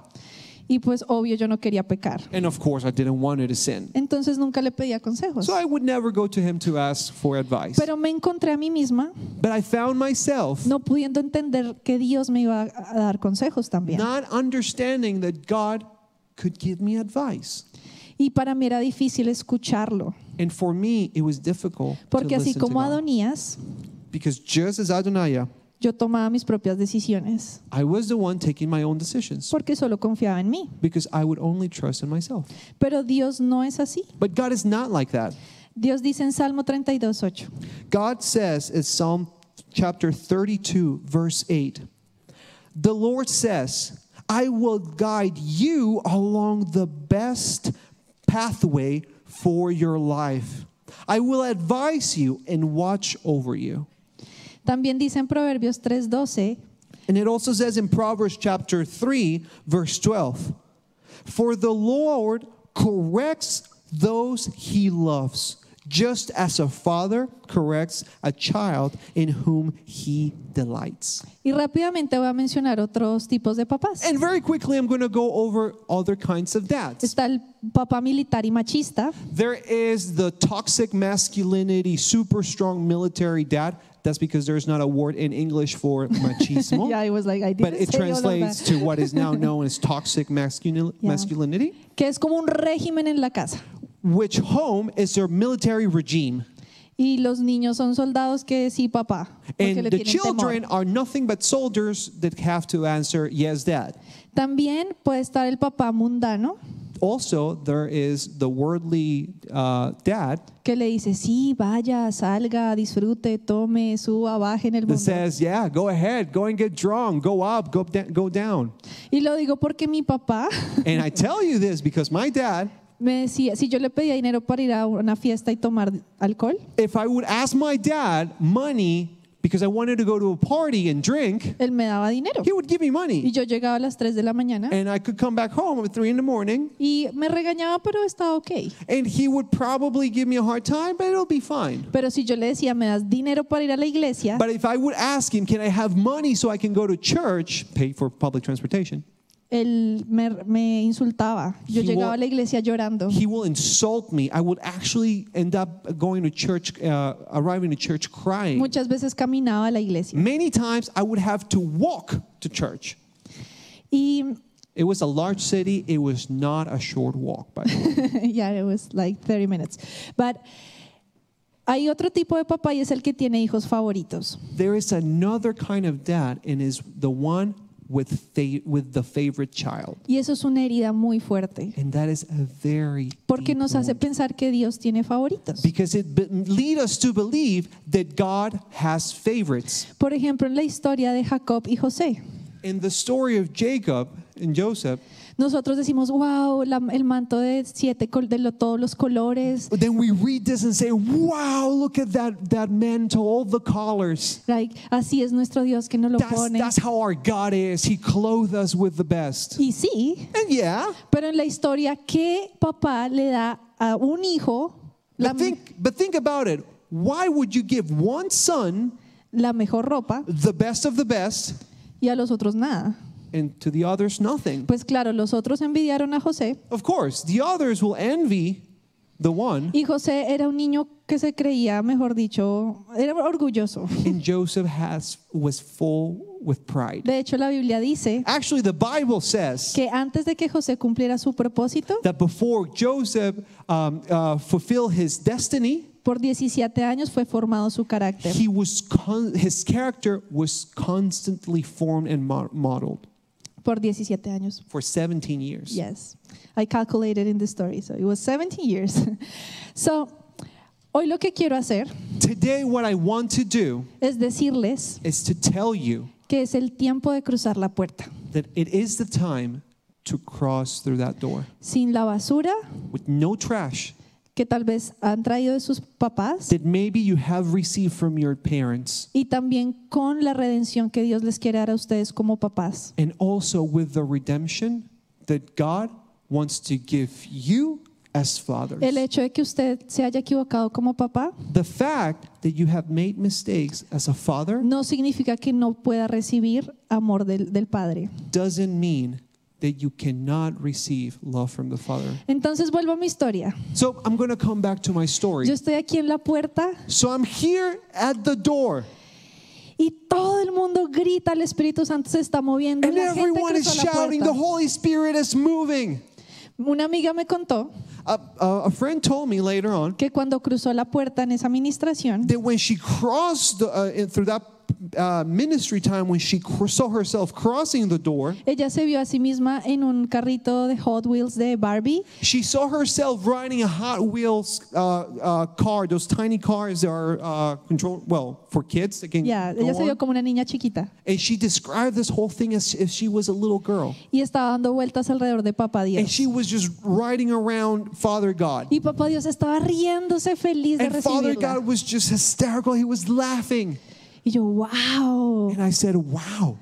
Speaker 2: Y pues obvio yo no quería pecar.
Speaker 3: And of course, I didn't want her to sin.
Speaker 2: Entonces nunca le pedía consejos.
Speaker 3: So I would never go to him to ask for advice.
Speaker 2: Pero me encontré a mí misma
Speaker 3: But I found myself
Speaker 2: no pudiendo entender que Dios me iba a a dar consejos también.
Speaker 3: not understanding that God could give me advice.
Speaker 2: Y para mí era difícil escucharlo.
Speaker 3: And for me, it was difficult
Speaker 2: Porque
Speaker 3: to
Speaker 2: así
Speaker 3: listen
Speaker 2: como
Speaker 3: to God.
Speaker 2: Adonías,
Speaker 3: Because just as Adonijah,
Speaker 2: yo tomaba mis propias decisiones.
Speaker 3: I was the one taking my own decisions
Speaker 2: Porque solo confiaba en mí.
Speaker 3: because I would only trust in myself.
Speaker 2: Pero Dios no es así.
Speaker 3: But God is not like that.
Speaker 2: Dios dice en Salmo 32, 8.
Speaker 3: God says in Psalm chapter 32, verse 8, the Lord says, I will guide you along the best pathway for your life. I will advise you and watch over you.
Speaker 2: También dice en Proverbios 3:12,
Speaker 3: And it also says in Proverbs chapter 3, verse 12, For the Lord corrects those he loves, just as a father corrects a child in whom he delights.
Speaker 2: y rápidamente voy a mencionar otros tipos de papás.
Speaker 3: And very quickly, I'm going to go over other kinds of dads.
Speaker 2: Está el papá militar y machista,
Speaker 3: There is the toxic masculinity, super strong military dad. That's because there's not a word in English for machismo.
Speaker 2: Oh. Yeah, I was like, I
Speaker 3: but
Speaker 2: didn't
Speaker 3: it
Speaker 2: say all of
Speaker 3: translates
Speaker 2: that.
Speaker 3: to what is now known as toxic masculin-
Speaker 2: Yeah.
Speaker 3: masculinity,
Speaker 2: que es como un régimen en la casa.
Speaker 3: which home is their military regime.
Speaker 2: Y los niños son soldados que sí, papá, porque
Speaker 3: And
Speaker 2: le tienen
Speaker 3: the children
Speaker 2: temor.
Speaker 3: are nothing but soldiers that have to answer, yes, dad.
Speaker 2: También puede estar el papá mundano
Speaker 3: Also, there is the worldly uh, dad
Speaker 2: que le dice, sí, vaya, salga, disfrute, tome, suba, baje en el
Speaker 3: that
Speaker 2: mundo.
Speaker 3: says, yeah, go ahead, go and get drunk, go up, go, da- go down.
Speaker 2: Y lo digo porque mi papá
Speaker 3: and I tell you this because my dad,
Speaker 2: me decía, si yo le pedía dinero para ir a una fiesta y tomar alcohol,
Speaker 3: if I would ask my dad money because I wanted to go to a party and drink,
Speaker 2: él me daba dinero.
Speaker 3: he would give me money.
Speaker 2: Y yo "Ah." llegaba a las 3 de la mañana
Speaker 3: and I could come back home at three in the morning,
Speaker 2: y me regañaba, pero estaba ok.
Speaker 3: and he would probably give me a hard time, but it'll be fine.
Speaker 2: Pero si yo le decía, me das dinero para ir a la iglesia,
Speaker 3: But if I would ask him, can I have money so I can go to church, pay for public transportation,
Speaker 2: él me, me insultaba. Yo
Speaker 3: He
Speaker 2: llegaba
Speaker 3: wa-
Speaker 2: a la iglesia llorando.
Speaker 3: he will insult me. I would actually end up going to church, uh, arriving to church crying.
Speaker 2: Muchas veces caminaba a la iglesia.
Speaker 3: Many times I would have to walk to church.
Speaker 2: Y
Speaker 3: It was a large city. It was not a short walk, by the way.
Speaker 2: yeah, it was like 30 minutes. But hay otro tipo de papá y es el que tiene hijos favoritos.
Speaker 3: there is another kind of dad, and is the one with fa- with the favorite child.
Speaker 2: Y eso es una herida muy fuerte.
Speaker 3: And that is a very
Speaker 2: Porque
Speaker 3: deep
Speaker 2: nos hace
Speaker 3: wound.
Speaker 2: pensar que Dios tiene favoritos.
Speaker 3: because it be- lead us to believe that God has favorites.
Speaker 2: Por ejemplo, en la historia de Jacob y José,
Speaker 3: In the story of Jacob and Joseph,
Speaker 2: nosotros decimos, wow, la- el manto de siete, col- de lo- todos los colores.
Speaker 3: then we read this and say, "Wow, look at that that mantle, all the collars."
Speaker 2: Like, así es nuestro Dios que nos lo
Speaker 3: That's,
Speaker 2: pone.
Speaker 3: that's how our God is. He clothed us with the best.
Speaker 2: Y sí,
Speaker 3: And yeah,
Speaker 2: pero en la historia, ¿qué papá le da a un hijo la,
Speaker 3: but think but think about it. Why would you give one son
Speaker 2: la mejor ropa
Speaker 3: the best of the best
Speaker 2: y a los otros nada?
Speaker 3: and to the others nothing?
Speaker 2: Pues claro, los otros envidiaron a José
Speaker 3: Of course, the others will envy the one
Speaker 2: y José era un niño que se creía, mejor dicho, era orgulloso.
Speaker 3: and Joseph has was full with pride.
Speaker 2: De hecho, la Biblia dice
Speaker 3: Actually, the Bible says
Speaker 2: que antes de que José cumpliera su propósito,
Speaker 3: that before Joseph um, uh, fulfilled his destiny,
Speaker 2: por 17 años fue formado su carácter.
Speaker 3: he was con- his character was constantly formed and mo- modeled
Speaker 2: Por 17 años.
Speaker 3: for 17 years.
Speaker 2: Yes. I calculated in the story, so it was 17 years. So, hoy lo que quiero hacer
Speaker 3: Today, what I want to do
Speaker 2: es decirles
Speaker 3: is to tell you
Speaker 2: que es el tiempo de cruzar la puerta,
Speaker 3: that it is the time to cross through that door
Speaker 2: sin la basura,
Speaker 3: with no trash,
Speaker 2: que tal vez han traído de sus papás
Speaker 3: that maybe you have received from your parents,
Speaker 2: y también con la redención que Dios les quiere dar a ustedes como papás.
Speaker 3: and also with the redemption that God wants to give you as fathers.
Speaker 2: El hecho de que usted se haya equivocado como papá
Speaker 3: The fact that you have made mistakes as a father
Speaker 2: no significa que no pueda recibir amor del, del Padre.
Speaker 3: doesn't mean that you cannot receive love from the father.
Speaker 2: Entonces vuelvo a mi historia.
Speaker 3: So I'm going to come back to my story.
Speaker 2: Yo estoy aquí en la puerta
Speaker 3: so I'm here at the door,
Speaker 2: y todo el mundo grita, el Espíritu Santo se está moviendo.
Speaker 3: and
Speaker 2: la gente
Speaker 3: everyone is
Speaker 2: cruzó la
Speaker 3: shouting,
Speaker 2: puerta.
Speaker 3: The Holy Spirit is moving.
Speaker 2: Una amiga me contó
Speaker 3: A, a, a friend told me later on
Speaker 2: que cuando cruzó la puerta en esa administración,
Speaker 3: that when she crossed the, uh, in- through that uh, ministry time, when she cr- saw herself crossing the door,
Speaker 2: ella se vio a sí misma en un carrito de Hot Wheels de Barbie
Speaker 3: she saw herself riding a Hot Wheels uh, uh, car, those tiny cars that are uh, controlled, well, for kids that can
Speaker 2: Ya,
Speaker 3: go
Speaker 2: ella se
Speaker 3: on.
Speaker 2: vio como una niña chiquita
Speaker 3: And she described this whole thing as if she was a little girl.
Speaker 2: y estaba dando vueltas alrededor de Papá
Speaker 3: And
Speaker 2: Dios.
Speaker 3: she was just riding around Father God.
Speaker 2: Y Papá Dios estaba riéndose feliz de
Speaker 3: And Father
Speaker 2: recibirla.
Speaker 3: God was just hysterical. He was laughing.
Speaker 2: Y yo, wow.
Speaker 3: And I said, Wow.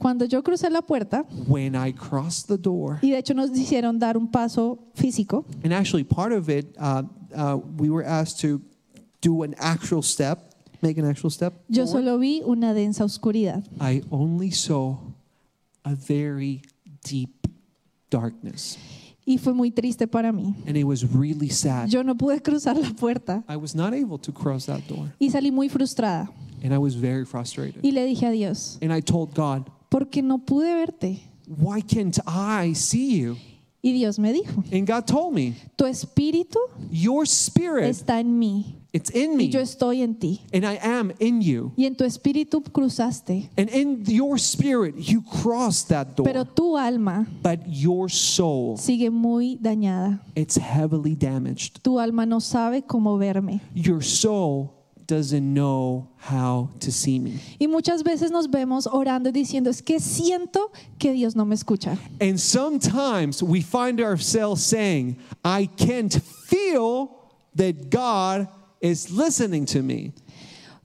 Speaker 2: Cuando yo crucé la puerta,
Speaker 3: When I crossed the door,
Speaker 2: y de hecho nos hicieron dar un paso físico,
Speaker 3: and actually part of it, uh, uh, we were asked to do an actual step, make an actual step.
Speaker 2: yo
Speaker 3: forward.
Speaker 2: solo vi una densa oscuridad.
Speaker 3: I only saw a very deep darkness.
Speaker 2: Y fue muy triste para mí.
Speaker 3: And it was really sad.
Speaker 2: Yo no pude cruzar la puerta
Speaker 3: I was not able to cross that door.
Speaker 2: y salí muy frustrada.
Speaker 3: And I was very frustrated.
Speaker 2: Y le dije a Dios,
Speaker 3: And I told God,
Speaker 2: porque no pude verte.
Speaker 3: Why can't I see you?
Speaker 2: Y Dios me dijo,
Speaker 3: And God told me,
Speaker 2: tu espíritu
Speaker 3: Your spirit,
Speaker 2: está en mí
Speaker 3: it's in
Speaker 2: y yo
Speaker 3: me,
Speaker 2: estoy en ti.
Speaker 3: and I am in you.
Speaker 2: Y en tu espíritu cruzaste,
Speaker 3: And in your spirit, you crossed that
Speaker 2: pero
Speaker 3: door.
Speaker 2: tu alma
Speaker 3: But your soul,
Speaker 2: sigue muy dañada.
Speaker 3: it's heavily damaged.
Speaker 2: Tu alma no sabe cómo verme.
Speaker 3: Your soul doesn't know how to see me.
Speaker 2: Y muchas veces nos vemos orando y diciendo, es que siento que Dios no me escucha.
Speaker 3: And sometimes we find ourselves saying, I can't feel that God is listening to me.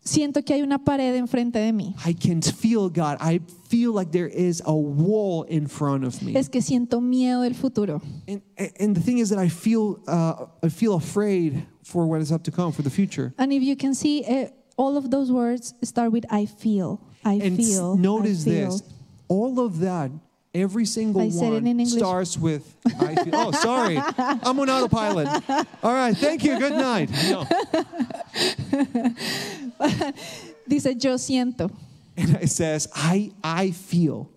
Speaker 2: Siento que hay una pared enfrente de mí.
Speaker 3: I can't feel God. I feel like there is a wall in front of me.
Speaker 2: Es que siento miedo del futuro.
Speaker 3: And, and the thing is that I feel, uh, I feel afraid for what is up to come, for the future.
Speaker 2: And if you can see, eh, all of those words start with I feel, I
Speaker 3: And s-
Speaker 2: feel. I
Speaker 3: notice
Speaker 2: feel.
Speaker 3: this. All of that, every single
Speaker 2: I said it in
Speaker 3: one
Speaker 2: English.
Speaker 3: starts with I feel. Oh, sorry. I'm on autopilot. All right. Thank you. Good night. No.
Speaker 2: Dice yo siento.
Speaker 3: And it says, I, I feel.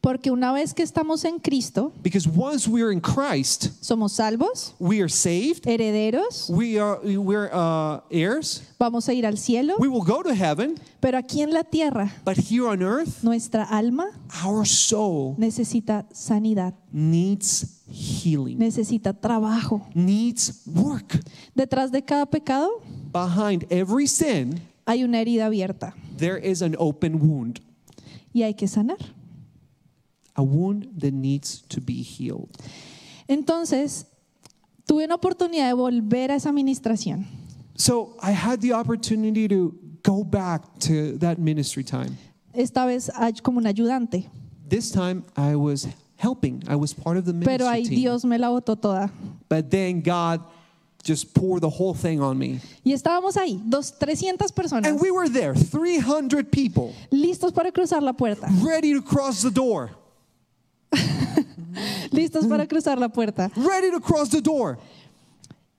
Speaker 2: Porque una vez que estamos en Cristo,
Speaker 3: Because once we're in Christ,
Speaker 2: somos salvos,
Speaker 3: we are saved.
Speaker 2: herederos,
Speaker 3: We are we're uh, heirs.
Speaker 2: vamos a ir al cielo,
Speaker 3: We will go to heaven.
Speaker 2: pero aquí en la tierra,
Speaker 3: But here on earth,
Speaker 2: nuestra alma
Speaker 3: our soul
Speaker 2: necesita sanidad,
Speaker 3: needs healing,
Speaker 2: necesita trabajo.
Speaker 3: needs work.
Speaker 2: Detrás de cada pecado
Speaker 3: Behind every sin,
Speaker 2: hay una herida abierta
Speaker 3: there is an open wound,
Speaker 2: y hay que sanar.
Speaker 3: a wound that needs to be healed.
Speaker 2: Entonces, tuve una oportunidad de volver a esa administración
Speaker 3: So I had the opportunity to go back to that ministry time.
Speaker 2: esta vez ay- como un ayudante,
Speaker 3: This time I was helping, I was part of the ministry
Speaker 2: pero ahí
Speaker 3: team.
Speaker 2: Dios me la botó toda.
Speaker 3: But then God just poured the whole thing on me.
Speaker 2: Y estábamos ahí, dos, 300 personas,
Speaker 3: And we were there, 300 people,
Speaker 2: listos para cruzar la puerta,
Speaker 3: ready to cross the door,
Speaker 2: listos para cruzar la puerta.
Speaker 3: ready to cross the door.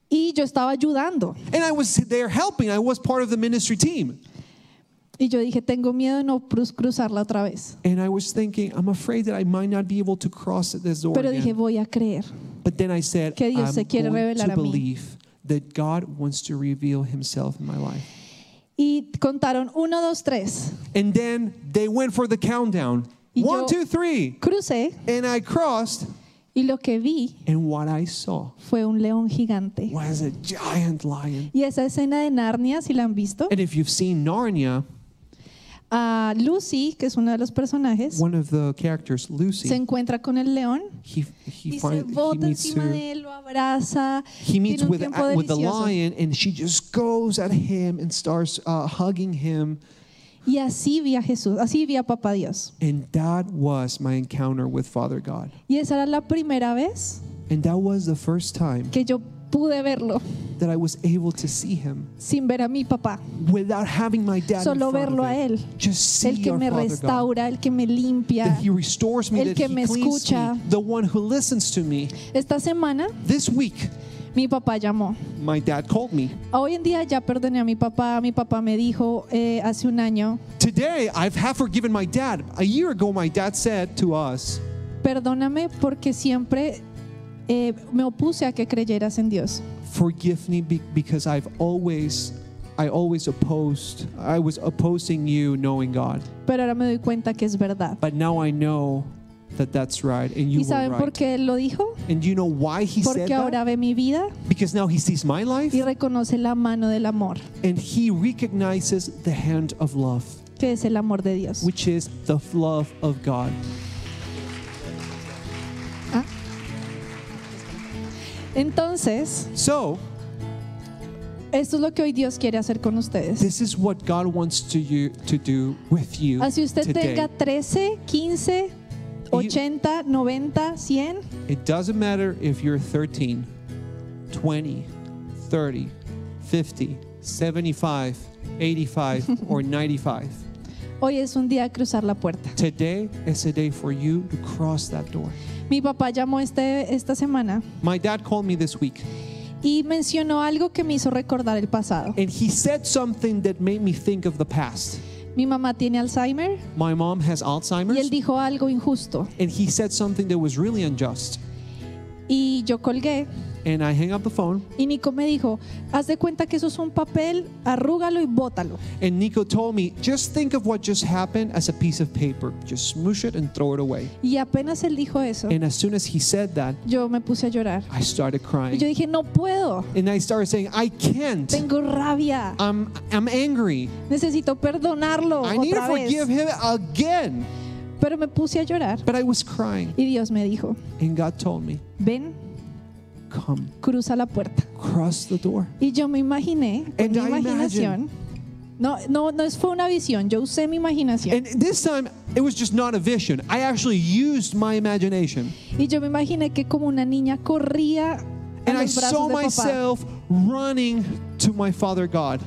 Speaker 2: Y yo estaba ayudando.
Speaker 3: And I was there helping. I was part of the ministry team.
Speaker 2: Y yo dije, tengo miedo de no cruz- cruzarla otra vez.
Speaker 3: And I was thinking, I'm afraid that I might not be able to cross this door.
Speaker 2: Pero dije,
Speaker 3: again.
Speaker 2: voy a creer.
Speaker 3: But then I said,
Speaker 2: que Dios
Speaker 3: I'm
Speaker 2: se quiere
Speaker 3: going
Speaker 2: revelar
Speaker 3: to
Speaker 2: a mí."
Speaker 3: believe that God wants to reveal himself in my life.
Speaker 2: Y contaron uno, dos, tres.
Speaker 3: And then they went for the countdown.
Speaker 2: Y
Speaker 3: One,
Speaker 2: yo-
Speaker 3: two, three.
Speaker 2: Crucé
Speaker 3: And I crossed.
Speaker 2: y lo que vi
Speaker 3: And what I saw
Speaker 2: fue un león gigante.
Speaker 3: was a giant lion.
Speaker 2: Y esa escena de Narnia, si la han visto,
Speaker 3: And if you've seen Narnia,
Speaker 2: a Lucy, que es uno de los personajes,
Speaker 3: One of the characters,
Speaker 2: se
Speaker 3: Lucy,
Speaker 2: encuentra con el león
Speaker 3: he he,
Speaker 2: y se
Speaker 3: find, he
Speaker 2: bota
Speaker 3: meets
Speaker 2: encima
Speaker 3: her.
Speaker 2: de él, lo abraza.
Speaker 3: He meets
Speaker 2: tiene un
Speaker 3: with
Speaker 2: tiempo
Speaker 3: with the
Speaker 2: delicioso.
Speaker 3: lion, and she just goes at him and starts uh, hugging him.
Speaker 2: Y así vi a Jesús, así vi a Papá Dios.
Speaker 3: And that was my encounter with Father God.
Speaker 2: Y esa era la primera vez
Speaker 3: And that was the first time
Speaker 2: que yo pude verlo
Speaker 3: that I was able to see Him
Speaker 2: sin ver a mi papá.
Speaker 3: without having my dad. in
Speaker 2: Solo
Speaker 3: front of
Speaker 2: verlo a
Speaker 3: it.
Speaker 2: él.
Speaker 3: Just
Speaker 2: El
Speaker 3: see
Speaker 2: que
Speaker 3: our
Speaker 2: me
Speaker 3: Father God.
Speaker 2: restaura, el que me limpia.
Speaker 3: That He restores me,
Speaker 2: El
Speaker 3: that
Speaker 2: que
Speaker 3: He
Speaker 2: me
Speaker 3: cleans me,
Speaker 2: escucha.
Speaker 3: the one who listens to me.
Speaker 2: Esta semana
Speaker 3: This week,
Speaker 2: mi papá llamó.
Speaker 3: my dad called me.
Speaker 2: Hoy en día ya perdoné a mi papá. Mi papá me dijo eh, hace un año,
Speaker 3: Today, I've have forgiven my dad. A year ago, my dad said to us,
Speaker 2: perdóname porque siempre eh, me opuse a que creyeras en Dios.
Speaker 3: forgive me be- because I've always I always opposed I was opposing you knowing God
Speaker 2: Pero ahora me doy cuenta que es verdad.
Speaker 3: but now I know that that's right and you
Speaker 2: ¿Y
Speaker 3: were
Speaker 2: saben por
Speaker 3: right
Speaker 2: qué él lo dijo?
Speaker 3: and you know why he said
Speaker 2: Porque ahora
Speaker 3: that
Speaker 2: ve mi vida
Speaker 3: because now he sees my life
Speaker 2: y reconoce la mano del amor,
Speaker 3: and he recognizes the hand of love
Speaker 2: que es el amor de Dios.
Speaker 3: which is the f- love of God
Speaker 2: Entonces,
Speaker 3: so
Speaker 2: esto es lo que hoy Dios quiere hacer con ustedes.
Speaker 3: this is what God wants to you to do with you
Speaker 2: Así usted
Speaker 3: today
Speaker 2: tenga 13, 15, 80, 90, 100,
Speaker 3: It doesn't matter if you're 13, 20, 30, 50, 75, 85, or 95.
Speaker 2: hoy es un día de cruzar la puerta.
Speaker 3: Today is a day for you to cross that door.
Speaker 2: Mi papá llamó este, esta semana
Speaker 3: My dad called me this week
Speaker 2: y mencionó algo que me hizo recordar el pasado.
Speaker 3: and he said something that made me think of the past.
Speaker 2: Mi mamá tiene Alzheimer
Speaker 3: My mom has
Speaker 2: y él
Speaker 3: Alzheimer's
Speaker 2: dijo algo injusto.
Speaker 3: and he said something that was really unjust.
Speaker 2: Y yo colgué
Speaker 3: And I hang up the phone
Speaker 2: y Nico me dijo, haz de cuenta que eso es un papel, arrúgalo y bótalo.
Speaker 3: and Nico told me, just think of what just happened as a piece of paper. Just smoosh it and throw it away.
Speaker 2: Y apenas él dijo eso,
Speaker 3: And as soon as he said that,
Speaker 2: yo me puse a llorar.
Speaker 3: I started
Speaker 2: Y
Speaker 3: crying.
Speaker 2: yo dije, no puedo,
Speaker 3: And I started saying, I can't.
Speaker 2: tengo rabia,
Speaker 3: I'm, I'm angry.
Speaker 2: necesito perdonarlo
Speaker 3: I need to
Speaker 2: Oh, otra
Speaker 3: forgive
Speaker 2: vez.
Speaker 3: him again.
Speaker 2: Pero me puse a llorar
Speaker 3: But I was crying.
Speaker 2: y Dios me dijo,
Speaker 3: And God told me,
Speaker 2: ven,
Speaker 3: Come,
Speaker 2: cruza la puerta.
Speaker 3: cross the door.
Speaker 2: Y yo me imaginé, con
Speaker 3: And
Speaker 2: mi
Speaker 3: I
Speaker 2: imaginación, no, no, no es- fue una visión, yo usé mi imaginación.
Speaker 3: And this time, it was just not a vision. I actually used my imagination.
Speaker 2: Y yo me imaginé que como una niña corría a
Speaker 3: And I
Speaker 2: los brazos
Speaker 3: saw
Speaker 2: de papá
Speaker 3: myself running to my Father God.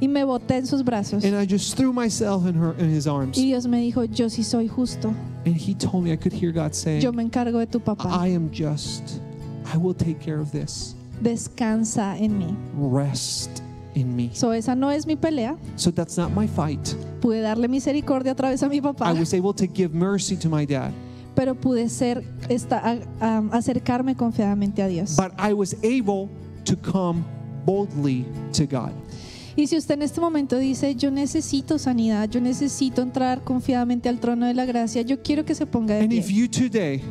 Speaker 2: y me boté en sus brazos.
Speaker 3: And I just threw myself in, her, in his arms.
Speaker 2: Y Dios me dijo, yo sí soy justo,
Speaker 3: And he told me, I could hear God
Speaker 2: yo
Speaker 3: saying,
Speaker 2: me encargo de tu papá,
Speaker 3: I am just. I will take care of this.
Speaker 2: descansa en mí.
Speaker 3: Rest in me.
Speaker 2: So, esa no es mi pelea,
Speaker 3: So that's not my fight.
Speaker 2: pude darle misericordia otra vez a mi
Speaker 3: I
Speaker 2: papá,
Speaker 3: was able to give mercy to my dad,
Speaker 2: pero pude ser, esta, a- a- acercarme confiadamente a Dios.
Speaker 3: but I was able to come boldly to God.
Speaker 2: Y si usted en este momento dice, yo necesito sanidad, yo necesito entrar confiadamente al trono de la gracia, yo quiero que se ponga de
Speaker 3: And if
Speaker 2: pie.
Speaker 3: you today,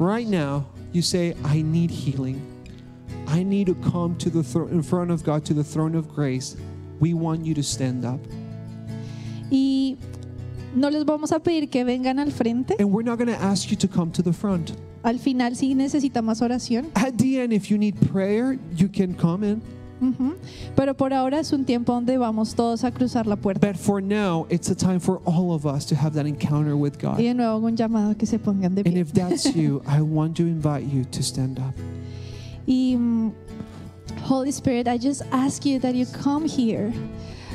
Speaker 3: right now, you say, I need healing, I need to come to the thro- in front of God, to the throne of grace, we want you to stand up.
Speaker 2: Y no les vamos a pedir que vengan al frente.
Speaker 3: And we're not going to ask you to come to the front.
Speaker 2: Al final, si necesita más oración.
Speaker 3: At the end, if you need prayer, you can come in.
Speaker 2: Ujú. Pero por ahora es un tiempo donde vamos todos a cruzar la puerta.
Speaker 3: But for now, it's a time for all of us to have that encounter with God.
Speaker 2: Y de nuevo hago un llamado a que se pongan de
Speaker 3: And
Speaker 2: pie.
Speaker 3: if that's you, I want to invite you to stand up.
Speaker 2: Y mm, Holy Spirit, I just ask you that you come here.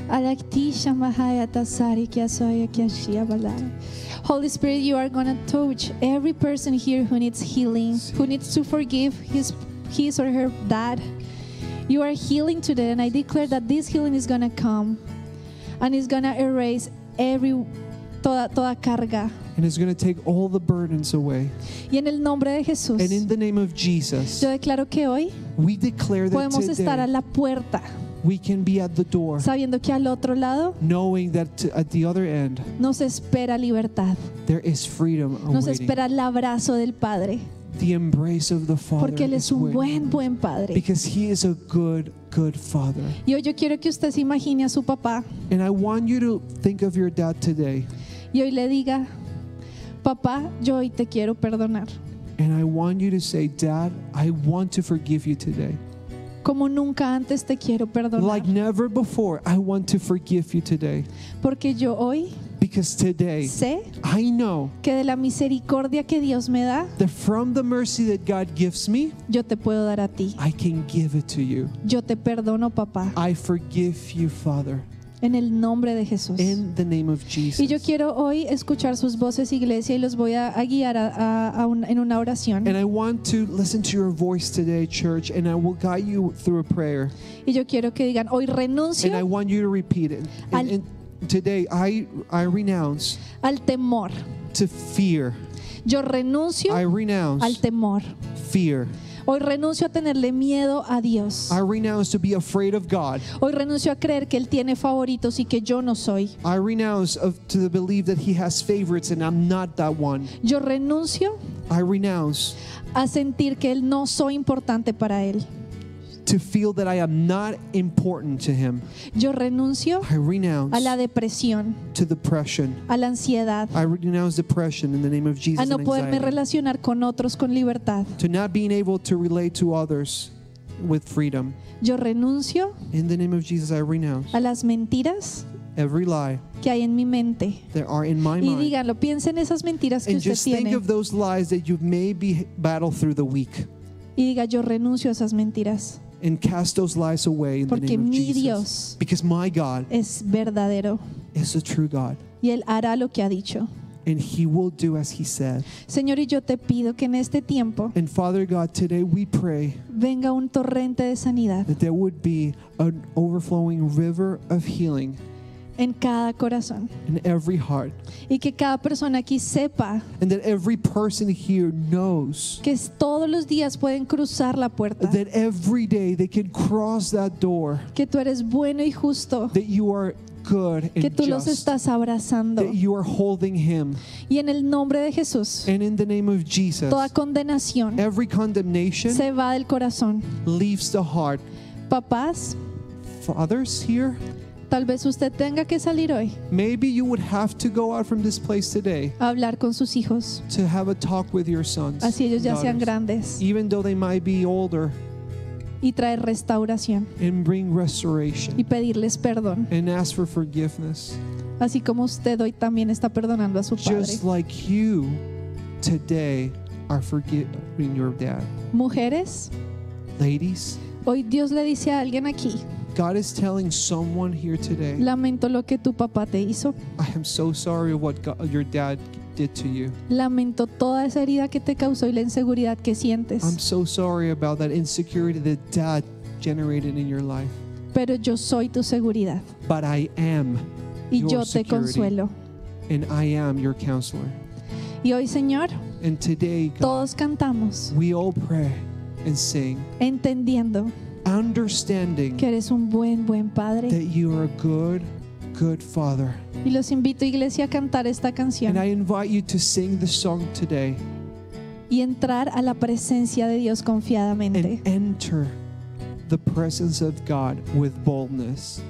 Speaker 2: Alaktisha mahaya tasari kia soya kia shia balai. Holy Spirit, you are going to touch every person here who needs healing, who needs to forgive his, his or her dad. You are healing today, and I declare that this healing is going to come and it's going to erase every toda, toda carga.
Speaker 3: and it's going to take all the burdens away.
Speaker 2: Y en el nombre de Jesús,
Speaker 3: And in the name of Jesus,
Speaker 2: yo declaro que hoy
Speaker 3: we declare that
Speaker 2: podemos estar a
Speaker 3: today
Speaker 2: la puerta.
Speaker 3: we can be at the door,
Speaker 2: sabiendo que al otro lado
Speaker 3: knowing that t- at the other end
Speaker 2: nos espera libertad,
Speaker 3: there is freedom
Speaker 2: nos
Speaker 3: awaiting.
Speaker 2: espera el abrazo del Padre.
Speaker 3: The embrace of the Father.
Speaker 2: Porque Él es
Speaker 3: is
Speaker 2: un
Speaker 3: with-
Speaker 2: buen, buen padre.
Speaker 3: Because He is a good, good Father.
Speaker 2: Y hoy yo quiero que usted se imagine a su papá
Speaker 3: And I want you to think of your dad today.
Speaker 2: y hoy le diga, papá, yo hoy te quiero perdonar,
Speaker 3: And I want you to say, Dad, I want to forgive you today.
Speaker 2: como nunca antes te quiero perdonar,
Speaker 3: Like never before, I want to forgive you today.
Speaker 2: porque yo hoy
Speaker 3: Because today,
Speaker 2: sé
Speaker 3: I know
Speaker 2: que de la misericordia que Dios me da,
Speaker 3: that from the mercy that God gives me,
Speaker 2: yo te puedo dar a ti.
Speaker 3: I can give it to you.
Speaker 2: Yo te perdono, papá,
Speaker 3: I forgive you, Father,
Speaker 2: en el nombre de Jesús.
Speaker 3: in the name of
Speaker 2: Y yo
Speaker 3: Jesus.
Speaker 2: quiero hoy escuchar sus voces, iglesia, y los voy a, a guiar a- a- a un- en una oración.
Speaker 3: And I want to listen to your voice today, church, and I will guide you through a prayer.
Speaker 2: Y yo quiero que digan, hoy
Speaker 3: And I
Speaker 2: renuncio
Speaker 3: want you to repeat it. And,
Speaker 2: Al-
Speaker 3: and today, I, I renounce
Speaker 2: al temor.
Speaker 3: to fear.
Speaker 2: Yo renuncio
Speaker 3: I
Speaker 2: al
Speaker 3: renounce
Speaker 2: temor.
Speaker 3: fear.
Speaker 2: Hoy renuncio a tenerle miedo a Dios.
Speaker 3: I renounce to be afraid of God.
Speaker 2: Hoy renuncio a creer que Él tiene favoritos y que yo no soy.
Speaker 3: I renounce of, to the belief that He has favorites and I'm not that one.
Speaker 2: Yo renuncio
Speaker 3: I renounce
Speaker 2: a sentir que Él no soy importante para Él.
Speaker 3: to feel that I am not important to Him.
Speaker 2: Yo renuncio
Speaker 3: I renounce
Speaker 2: a la depresión,
Speaker 3: to depression.
Speaker 2: a la ansiedad,
Speaker 3: I renounce depression in the name of Jesus.
Speaker 2: a Ah, no
Speaker 3: and
Speaker 2: poderme
Speaker 3: anxiety.
Speaker 2: relacionar con otros con libertad.
Speaker 3: to not being able to relate to others with freedom.
Speaker 2: Yo renuncio
Speaker 3: In the name of Jesus, I renounce
Speaker 2: a las mentiras
Speaker 3: every lie
Speaker 2: que hay en mi mente.
Speaker 3: that are in my
Speaker 2: Y
Speaker 3: mind.
Speaker 2: díganlo, piensen esas mentiras que
Speaker 3: and
Speaker 2: usted
Speaker 3: just think
Speaker 2: tiene.
Speaker 3: of those lies that you maybe battle through the week
Speaker 2: Y diga, yo renuncio a esas mentiras.
Speaker 3: and cast those lies away in
Speaker 2: Porque
Speaker 3: the name of
Speaker 2: mi
Speaker 3: Jesus.
Speaker 2: Dios-
Speaker 3: because my God
Speaker 2: Es verdadero.
Speaker 3: is a true God
Speaker 2: Y Él hará lo que ha dicho.
Speaker 3: and he will do as he said.
Speaker 2: Señor, y yo te pido que en este tiempo
Speaker 3: And Father God, today we pray
Speaker 2: venga un torrente de sanidad
Speaker 3: that there would be an overflowing river of healing
Speaker 2: en cada corazón.
Speaker 3: in every heart
Speaker 2: Y que cada persona aquí sepa
Speaker 3: and that every person here knows
Speaker 2: que es- todos los días pueden cruzar la puerta.
Speaker 3: that every day they can cross that door,
Speaker 2: Que tú eres bueno y justo.
Speaker 3: that you are good
Speaker 2: Que
Speaker 3: and
Speaker 2: tú los
Speaker 3: just,
Speaker 2: estás abrazando.
Speaker 3: that you are holding him.
Speaker 2: Y en el nombre de Jesús,
Speaker 3: And in the name of Jesus,
Speaker 2: toda condenación
Speaker 3: every condemnation
Speaker 2: se va del corazón.
Speaker 3: leaves the heart.
Speaker 2: Papás,
Speaker 3: Fathers here,
Speaker 2: tal vez usted tenga que salir hoy
Speaker 3: maybe you would have to go out from this place today
Speaker 2: a hablar con sus hijos,
Speaker 3: to have a talk with your sons.
Speaker 2: así ellos ya sean
Speaker 3: daughters,
Speaker 2: grandes,
Speaker 3: Even though they might be older,
Speaker 2: y traer restauración
Speaker 3: and bring restoration
Speaker 2: y pedirles perdón,
Speaker 3: and ask for forgiveness.
Speaker 2: así como usted hoy también está perdonando a su padre.
Speaker 3: Just like you today are forgiving your dad.
Speaker 2: Mujeres,
Speaker 3: Ladies,
Speaker 2: hoy Dios le dice a alguien aquí,
Speaker 3: God is telling someone here today,
Speaker 2: lamento lo que tu papá te hizo,
Speaker 3: I am so sorry of what God, your dad did to you.
Speaker 2: lamento toda esa herida que te causó y la inseguridad que
Speaker 3: I'm
Speaker 2: sientes,
Speaker 3: so sorry about that insecurity that dad generated in your life.
Speaker 2: pero yo soy tu seguridad
Speaker 3: But I am,
Speaker 2: y
Speaker 3: Your
Speaker 2: yo te
Speaker 3: security.
Speaker 2: consuelo.
Speaker 3: and I am your counselor.
Speaker 2: Y hoy, Señor,
Speaker 3: And today, God,
Speaker 2: todos cantamos
Speaker 3: we all pray and sing,
Speaker 2: entendiendo
Speaker 3: understanding
Speaker 2: que eres un buen, buen padre.
Speaker 3: that you are a good, good father.
Speaker 2: Y los invito, iglesia, a cantar esta canción
Speaker 3: And I invite you to sing the song today
Speaker 2: y entrar a la presencia de Dios confiadamente.
Speaker 3: and enter the presence of God with boldness.